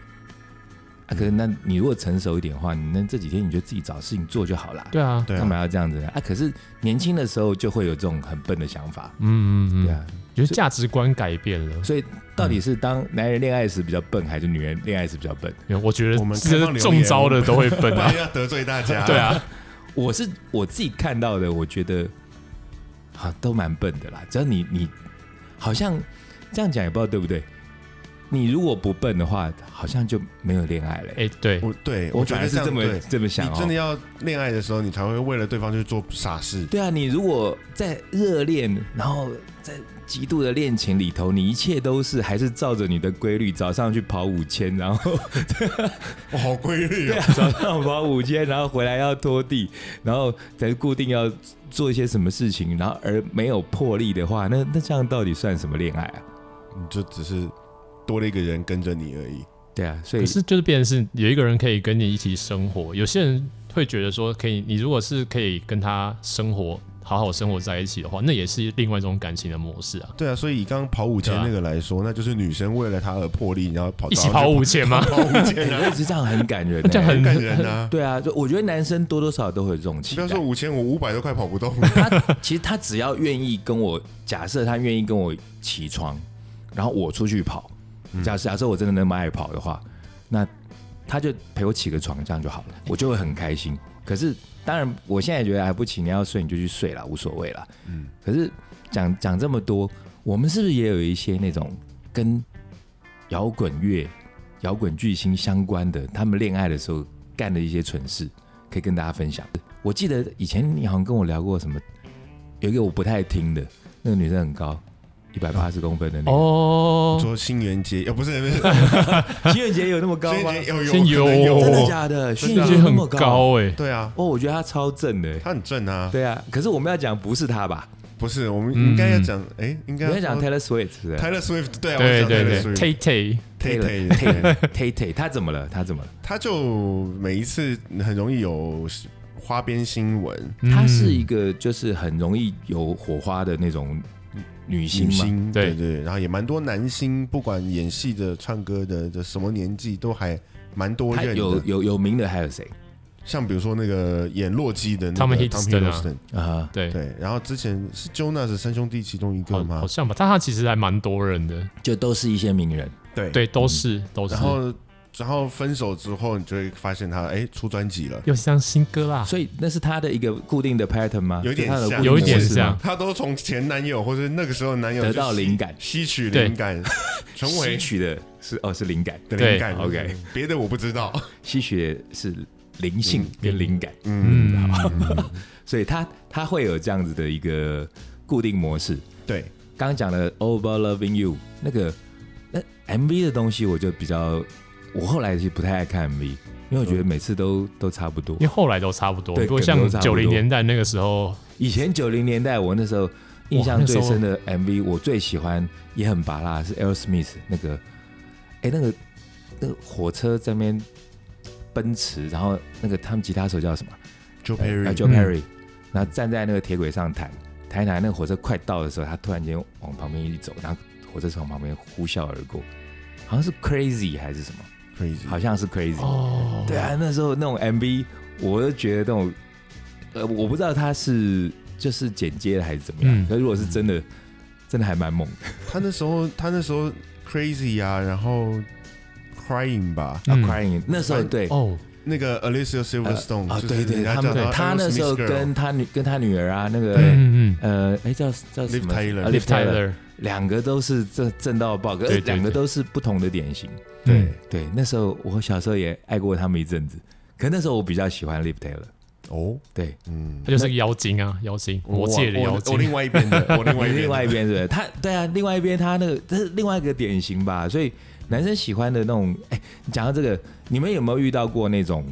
Speaker 2: 啊，可是那你如果成熟一点的话，你那这几天你就自己找事情做就好啦。
Speaker 3: 对啊，
Speaker 1: 对
Speaker 2: 干
Speaker 1: 啊，
Speaker 2: 嘛要这样子呢？啊，可是年轻的时候就会有这种很笨的想法，
Speaker 3: 嗯嗯
Speaker 2: 对
Speaker 3: 嗯，
Speaker 2: 啊。
Speaker 3: 就是价值观改变了。
Speaker 2: 所以到底是当男人恋爱时比较笨，还是女人恋爱时比较笨？
Speaker 3: 没有我觉得
Speaker 1: 我们开
Speaker 3: 这
Speaker 1: 放留言
Speaker 3: 中招的都会笨
Speaker 1: 不
Speaker 3: 啊
Speaker 1: 然，要得罪大家，
Speaker 3: 对，啊，
Speaker 2: 我是我自己看到的，我觉得啊都蛮笨的啦。只要你你好像这样讲也不知道对不对。你如果不笨的话，好像就没有恋爱了欸、
Speaker 3: 哎，对，
Speaker 1: 我对
Speaker 2: 我
Speaker 1: 觉
Speaker 2: 反
Speaker 1: 得
Speaker 2: 而是
Speaker 1: 样
Speaker 2: 这么
Speaker 1: 对
Speaker 2: 这么想
Speaker 1: 你真的
Speaker 2: 哦。
Speaker 1: 要恋爱的时候，你才会为了对方去做傻事。
Speaker 2: 对啊，你如果在热恋，然后在极度的恋情里头，你一切都是还是照着你的规律，早上去跑五千，然 后啊
Speaker 1: 哇，好规律哦！
Speaker 2: 早上跑五千，然后回来要拖地，然后再固定要做一些什么事情，然后而没有魄力的话，那那这样到底算什么恋爱啊？
Speaker 1: 你就只是多了一个人跟着你而已。
Speaker 2: 对啊，所以
Speaker 3: 可是就是变成是有一个人可以跟你一起生活，有些人会觉得说，可以，你如果是可以跟他生活，好好生活在一起的话，那也是另外一种感情的模式啊。
Speaker 1: 对啊，所以以刚刚跑五千
Speaker 3: 对啊
Speaker 1: 那个来说，那就是女生为了他而破例，然后跑
Speaker 3: 一起跑五千吗？
Speaker 1: 跑五
Speaker 2: 哎
Speaker 1: 千
Speaker 2: 我
Speaker 1: 啊，
Speaker 2: 一直这样很感 人、
Speaker 3: 这样
Speaker 2: 欸，
Speaker 3: 很
Speaker 1: 感人 啊！
Speaker 2: 对啊，就我觉得男生多多少少都会有这种期
Speaker 1: 不
Speaker 2: 待
Speaker 1: 要。 说五千，我五百都快跑不动了。
Speaker 2: 他其实他只要愿意跟我，假设他愿意跟我起床，然后我出去跑，假假设我真的那么爱跑的话，那他就陪我起个床，这样就好了，我就会很开心。可是当然，我现在觉得还不起，你要睡你就去睡啦，无所谓啦。
Speaker 1: 嗯，
Speaker 2: 可是讲讲这么多，我们是不是也有一些那种跟摇滚乐、摇滚巨星相关的，他们恋爱的时候干的一些蠢事，可以跟大家分享？我记得以前你好像跟我聊过什么，有一个我不太听的，那个女生很高，一百八十公分的那个。
Speaker 3: 哦，
Speaker 1: 说新元节，呃，不是，不是，
Speaker 2: 新人节有那么高
Speaker 1: 新
Speaker 2: 吗
Speaker 1: 元？节有哦
Speaker 3: 先
Speaker 1: 有可能
Speaker 3: 有
Speaker 1: 有，
Speaker 2: 真的假的？啊新
Speaker 3: 这
Speaker 2: 人节有那
Speaker 3: 很
Speaker 2: 么
Speaker 3: 高哎，
Speaker 1: 对啊，
Speaker 2: 哦，我觉得他超正的。
Speaker 1: 他很正啊，
Speaker 2: 对啊，可是我们要讲不是他吧？
Speaker 1: 不是，我们
Speaker 3: 嗯
Speaker 1: 应该要讲，哎，应
Speaker 2: 我
Speaker 1: 该
Speaker 2: 们要讲
Speaker 1: 说
Speaker 2: Taylor Swift 是不是
Speaker 1: Taylor Swift，对啊，我
Speaker 3: 对
Speaker 1: 想
Speaker 3: 对
Speaker 1: Taylor
Speaker 3: 对
Speaker 1: Swift，
Speaker 3: ，Tay Tay，
Speaker 1: Tay
Speaker 2: Taylor-
Speaker 1: Tay，
Speaker 2: Tay Tay，他怎么了？他怎么了？
Speaker 1: 他就每一次很容易有花边新闻，
Speaker 2: 她是一个就是很容易有火花的那种女星
Speaker 1: 女
Speaker 2: 嘛。
Speaker 1: 星，
Speaker 3: 对
Speaker 1: 对对，然后也蛮多男星，不管演戏的、唱歌的，这什么年纪都还蛮多
Speaker 2: 她
Speaker 1: 认
Speaker 2: 有
Speaker 1: 的。
Speaker 2: 有有名的还有谁
Speaker 1: 像比如说那个演洛基的那
Speaker 3: Tom
Speaker 1: 个
Speaker 3: Hiddleston 啊
Speaker 1: Hiddleston，
Speaker 2: 啊？
Speaker 3: 对，
Speaker 1: 对，然后之前是 Jonas 三兄弟其中一个
Speaker 3: 好
Speaker 1: 吗
Speaker 3: 好？像吧，但他其实还蛮多人的，
Speaker 2: 就都是一些名人。
Speaker 1: 对
Speaker 3: 对，都是都是
Speaker 1: 然，后然后分手之后，你就会发现他哎出专 辑了，
Speaker 3: 又像新歌啦，
Speaker 2: 所以那是他的一个固定的 pattern 吗？
Speaker 1: 有点
Speaker 2: 就她的
Speaker 1: 像
Speaker 2: 固定
Speaker 3: 有一点
Speaker 2: 模式吗
Speaker 3: 像，
Speaker 1: 他都从前男友或者那个时候男友
Speaker 2: 得
Speaker 1: 就
Speaker 2: 到
Speaker 1: 吸
Speaker 2: 灵感
Speaker 1: 吸取
Speaker 3: 对
Speaker 1: 灵感，成为
Speaker 2: 吸取的是哦是灵感，
Speaker 1: 的
Speaker 3: 对
Speaker 1: 灵感。
Speaker 2: OK
Speaker 1: 别的我不知道。
Speaker 2: 吸取的是灵性跟灵感，
Speaker 1: 嗯，
Speaker 2: 所以他他会有这样子的一个固定模式。
Speaker 1: 对，
Speaker 2: 刚刚讲的《All About Loving You》那个那 MV 的东西，我就比较，我后来是不太爱看 MV，因为我觉得每次
Speaker 3: 嗯
Speaker 2: 都都差不多
Speaker 3: 因为。后来都差不多，
Speaker 2: 对
Speaker 3: 不过
Speaker 2: 梗
Speaker 3: 像
Speaker 2: 都差不
Speaker 3: 九
Speaker 2: 多
Speaker 3: 零年代那个时候，
Speaker 2: 以前九零年代，我那时候印
Speaker 3: 哇
Speaker 2: 象
Speaker 3: 那时
Speaker 2: 最
Speaker 3: 候
Speaker 2: 深的 MV，我最喜欢也很拔辣，是 L Smith 那个，哎、那个那个火车在那边奔驰，然后那个他们吉他手叫什么？
Speaker 1: Joe
Speaker 2: 呃
Speaker 1: Perry，嗯
Speaker 2: Joe Perry，、然后站在那个铁轨上弹，弹一弹，那个火车快到的时候，他突然间往旁边一走，然后火车从旁边呼啸而过，好像是 Crazy 还是什么，
Speaker 1: Crazy，
Speaker 2: 好像是 Crazy。
Speaker 3: 哦，
Speaker 2: 对啊，那时候那种 MV，我就觉得那种，呃，我不知道他是就是剪接的还是怎么样
Speaker 3: 嗯，
Speaker 2: 可、如果是真的，真的还蛮猛的。
Speaker 1: 他那时候他那时候 Crazy 啊，然后 Crying 吧，
Speaker 2: 啊
Speaker 3: 嗯
Speaker 2: Crying 那时候
Speaker 1: 嗯
Speaker 2: 对。
Speaker 3: 哦，
Speaker 1: 那个 Alicia
Speaker 2: 呃
Speaker 1: Silverstone，
Speaker 2: 啊，
Speaker 1: 就是
Speaker 2: 对对，
Speaker 1: 人家
Speaker 2: 他
Speaker 1: 叫
Speaker 2: 们他
Speaker 1: Aerosmith
Speaker 2: 那时候
Speaker 1: Girl
Speaker 2: 跟他女跟他女儿啊，那个
Speaker 3: 嗯嗯嗯
Speaker 2: 呃，哎叫叫什
Speaker 1: Liv
Speaker 2: 么
Speaker 1: Tyler
Speaker 2: 啊
Speaker 3: l i
Speaker 2: ，Liv
Speaker 3: f Tyler，
Speaker 2: 两个都是正正到爆，可
Speaker 3: 对
Speaker 2: 是
Speaker 3: 对对
Speaker 2: 两个都是不同的典型。
Speaker 1: 对
Speaker 2: 对，那时候我小时候也爱过他们一阵子，可那时候我比较喜欢 Lip Taylor。
Speaker 1: 哦，
Speaker 2: 对，
Speaker 1: 嗯
Speaker 3: 他，就是个妖精啊，妖精，魔界的
Speaker 1: 我
Speaker 3: 妖
Speaker 1: 我我
Speaker 3: 精
Speaker 1: 另，外一边的，我另外一边的
Speaker 2: 另外一边是不是他，对啊，另外一边他那个这是另外一个典型吧。所以男生喜欢的那种，哎，你讲到这个，你们有没有遇到过那种，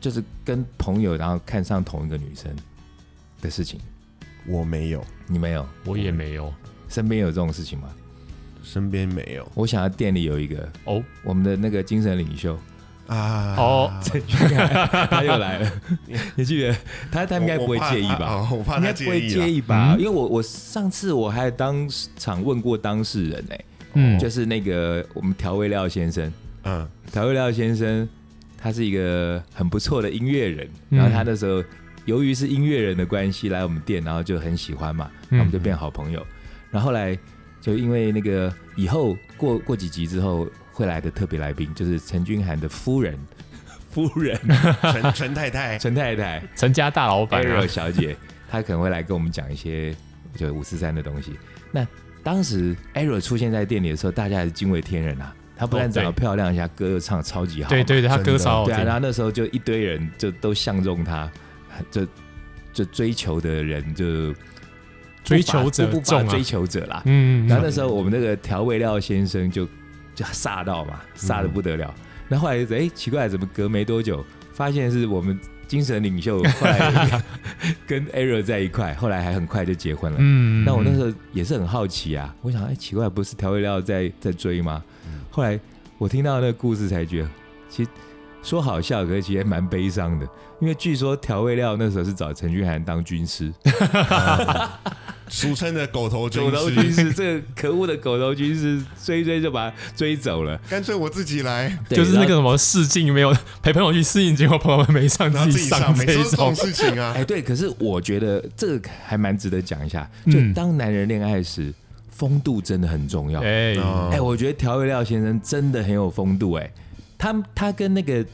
Speaker 2: 就是跟朋友然后看上同一个女生的事情？
Speaker 1: 我没有，
Speaker 2: 你没有？
Speaker 3: 我也没有
Speaker 2: 身边有这种事情吗？
Speaker 1: 身边没有
Speaker 2: 我想要店里有一个
Speaker 3: 哦，
Speaker 2: 我们的那个精神领袖，
Speaker 1: 啊，
Speaker 3: 哦
Speaker 1: 我，
Speaker 2: 他又来了， 你记得他他应该不会介意
Speaker 1: 我怕
Speaker 2: 吧？
Speaker 1: 啊我怕
Speaker 2: 应
Speaker 1: 他
Speaker 2: 该不
Speaker 1: 介
Speaker 2: 会
Speaker 1: 意
Speaker 2: 介
Speaker 1: 啊，
Speaker 2: 意吧？
Speaker 3: 嗯
Speaker 2: 因为我我上次我还当场问过当事人哎、
Speaker 3: 嗯，
Speaker 2: 就是那个我们调味料先生，
Speaker 1: 嗯，
Speaker 2: 调味料先生他是一个很不错的音乐人，
Speaker 3: 嗯
Speaker 2: 然后他那时候由于是音乐人的关系来我们店，然后就很喜欢嘛，
Speaker 3: 嗯
Speaker 2: 然后我们就变好朋友，然后后来就因为那个以后过过几集之后会来的特别来宾就是陈君涵的夫人， 夫人
Speaker 1: 陈陈太太，
Speaker 2: 陈太 太。
Speaker 3: 陈家大老板
Speaker 2: Ariel
Speaker 3: 啊，
Speaker 2: 小姐，她可能会来跟我们讲一些就五四三的东西。那当时 Ariel 出现在店里的时候，大家还是惊为天人啊！她不但长得
Speaker 3: 哦对
Speaker 2: 漂亮，而且她歌又唱得超级好嘛，
Speaker 3: 对对对，他
Speaker 1: 真的
Speaker 3: 歌超好
Speaker 2: 对啊！
Speaker 3: 听
Speaker 2: 然，后那时候就一堆人就都相中她，就就追求的人就
Speaker 3: 追求者
Speaker 2: 不乏
Speaker 3: 众啊
Speaker 2: 追，求者啦。
Speaker 3: 嗯，
Speaker 2: 然后那时候我们那个调味料先生就就煞到嘛，煞的不得了。然后后来哎、诶奇怪，怎么隔没多久发现是我们精神领袖后来 跟 Error 在一块，后来还很快就结婚了。
Speaker 3: 嗯，
Speaker 2: 那我那时候也是很好奇啊，我想哎、诶奇怪，不是调味料在在追吗？
Speaker 3: 嗯
Speaker 2: 后来我听到那个故事才觉得，其实说好笑，可是其实也蛮悲伤的，因为据说调味料那时候是找陈俊涵当军师。
Speaker 1: 俗称的狗头军
Speaker 2: 狗头军
Speaker 1: 师，
Speaker 2: 师，这个可恶的狗头军师追追就把他追走了，
Speaker 1: 干脆我自己来，
Speaker 2: 对
Speaker 3: 就是那个
Speaker 2: 然后
Speaker 3: 什么试镜没有 陪朋友去试镜，结果朋友们没上，
Speaker 1: 然后自己上，每次
Speaker 3: 这一
Speaker 1: 都是这
Speaker 3: 种
Speaker 1: 种，事情啊
Speaker 2: 哎，，对，可是我觉得这个还蛮值得讲一下，
Speaker 3: 嗯
Speaker 2: 就当男人恋爱时，风度真的很重要。哎、
Speaker 3: 哎，
Speaker 1: 哦
Speaker 2: 我觉得调味料先生真的很有风度、哎，他他跟那个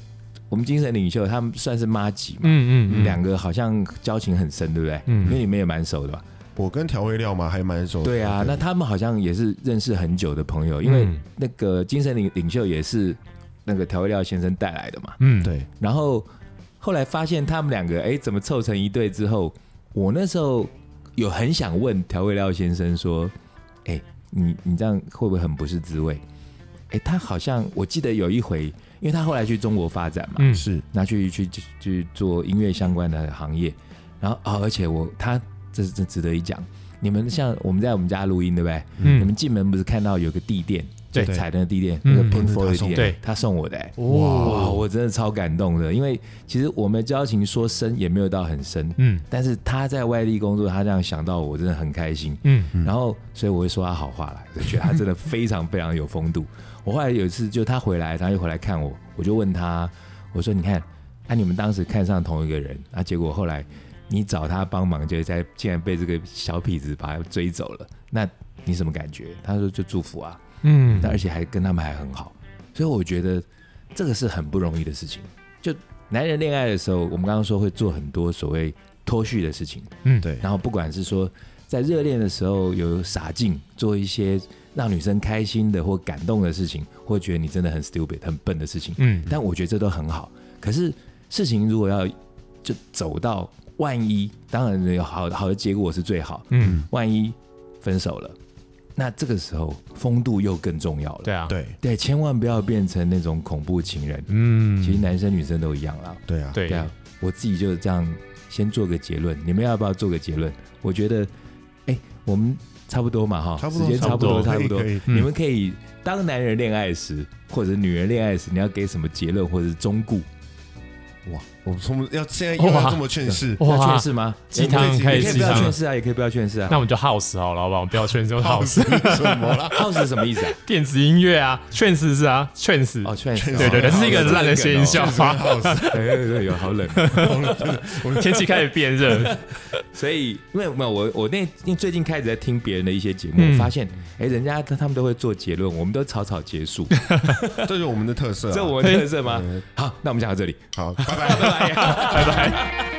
Speaker 2: 我们精神领袖，他们算是妈几嘛，
Speaker 3: 嗯嗯嗯，
Speaker 2: 两、个好像交情很深，对不对？
Speaker 3: 嗯
Speaker 2: 因为你们也蛮熟的吧？
Speaker 1: 我跟调味料嘛还蛮熟的，
Speaker 2: 对啊，那他们好像也是认识很久的朋友，因为
Speaker 3: 嗯
Speaker 2: 那个精神领领袖也是那个调味料先生带来的嘛。
Speaker 3: 嗯，
Speaker 1: 对，
Speaker 2: 然后后来发现他们两个哎怎么凑成一对之后，我那时候有很想问调味料先生说，哎、哎、你你这样会不会很不是滋味？哎、他好像我记得有一回，因为他后来去中国发展嘛，
Speaker 3: 嗯，
Speaker 1: 是
Speaker 2: 拿去去去去做音乐相关的行业，然后啊、而且我他这这值得一讲，你们像我们在我们家录音对不对？
Speaker 3: 嗯
Speaker 2: 你们进门不是看到有个地垫，
Speaker 3: 对
Speaker 2: 就踩的那个地垫，那
Speaker 3: 嗯
Speaker 2: 个
Speaker 1: 那
Speaker 2: Pink
Speaker 1: 是他
Speaker 2: Floyd 的
Speaker 1: 送
Speaker 2: 地
Speaker 1: 的
Speaker 2: 垫
Speaker 3: 对，哦
Speaker 2: 他送我的、欸，哇，
Speaker 3: 哇，
Speaker 2: 我真的超感动的，因为其实我们交情说深也没有到很深，
Speaker 3: 嗯
Speaker 2: 但是他在外地工作，他这样想到我，真的很开心。
Speaker 3: 嗯
Speaker 2: 然后，所以我会说他好话啦，就觉得他真的非常非常有风度。 我后来有一次，就他回来，他又回来看我，我就问他，我说：“你看，啊，你们当时看上同一个人，啊，结果后来你找他帮忙，就在竟然被这个小痞子把他追走了，那你什么感觉？”他说：“就祝福啊，
Speaker 3: 嗯
Speaker 2: 那而且还跟他们还很好，所以我觉得这个是很不容易的事情。就男人恋爱的时候，我们刚刚说会做很多所谓脱序的事情，
Speaker 3: 嗯，
Speaker 1: 对
Speaker 2: 然后不管是说在热恋的时候有洒劲，做一些让女生开心的或感动的事情，或觉得你真的很 stupid 很笨的事情，
Speaker 3: 嗯
Speaker 2: 但我觉得这都很好。可是事情如果要就走到万一，当然有好好的结果是最好，
Speaker 3: 嗯，
Speaker 2: 万一分手了，那这个时候风度又更重要了。
Speaker 3: 对啊，
Speaker 1: 对
Speaker 2: 对，千万不要变成那种恐怖情人。
Speaker 3: 嗯，
Speaker 2: 其实男生女生都一样啦。
Speaker 1: 对啊，
Speaker 3: 对
Speaker 2: 对啊，我自己就是这样，先做个结论。你们要不要做个结论？我觉得，哎，我们差不多嘛哈，
Speaker 1: 差不多
Speaker 2: 时间差不多，差
Speaker 1: 可
Speaker 2: 不
Speaker 1: 以
Speaker 2: 多
Speaker 1: 可。以，
Speaker 3: 嗯
Speaker 2: 你们可以当男人恋爱时，或者女人恋爱时，你要给什么结论或者是忠固？
Speaker 1: 我从要现在又要这么劝世，
Speaker 2: 要
Speaker 3: 哇
Speaker 2: 劝，世吗？
Speaker 3: 鸡汤
Speaker 1: 你
Speaker 3: 可以
Speaker 2: 你可以
Speaker 3: 鸡
Speaker 2: 不要
Speaker 3: 汤
Speaker 2: 劝，世啊，也可以不要劝世啊
Speaker 3: 那。我们就 house 好了，好不好？不要劝世 就
Speaker 1: 好
Speaker 3: house，
Speaker 1: 是什么啦？
Speaker 2: house 是什么意 思啊？
Speaker 3: 电子音乐啊，劝世是啊，劝世，
Speaker 2: 哦，劝世。
Speaker 1: 对对对
Speaker 2: 哦
Speaker 1: 这是一个
Speaker 3: 烂的谐音笑话
Speaker 2: 好冷哦 对对对，有好冷哦。
Speaker 3: 天气开始变热，
Speaker 2: 所以，因为没有我，我那因为最近开始在听别人的一些节目，
Speaker 3: 嗯
Speaker 2: 我发现，哎、人家他们都会做结论，我们都草草结束，
Speaker 1: 这就是我们的特色啊，
Speaker 2: 这我们特色吗？
Speaker 1: 嗯
Speaker 2: 好，那我们讲到这里，
Speaker 1: 好，拜拜。
Speaker 2: 拜拜。
Speaker 3: 拜拜。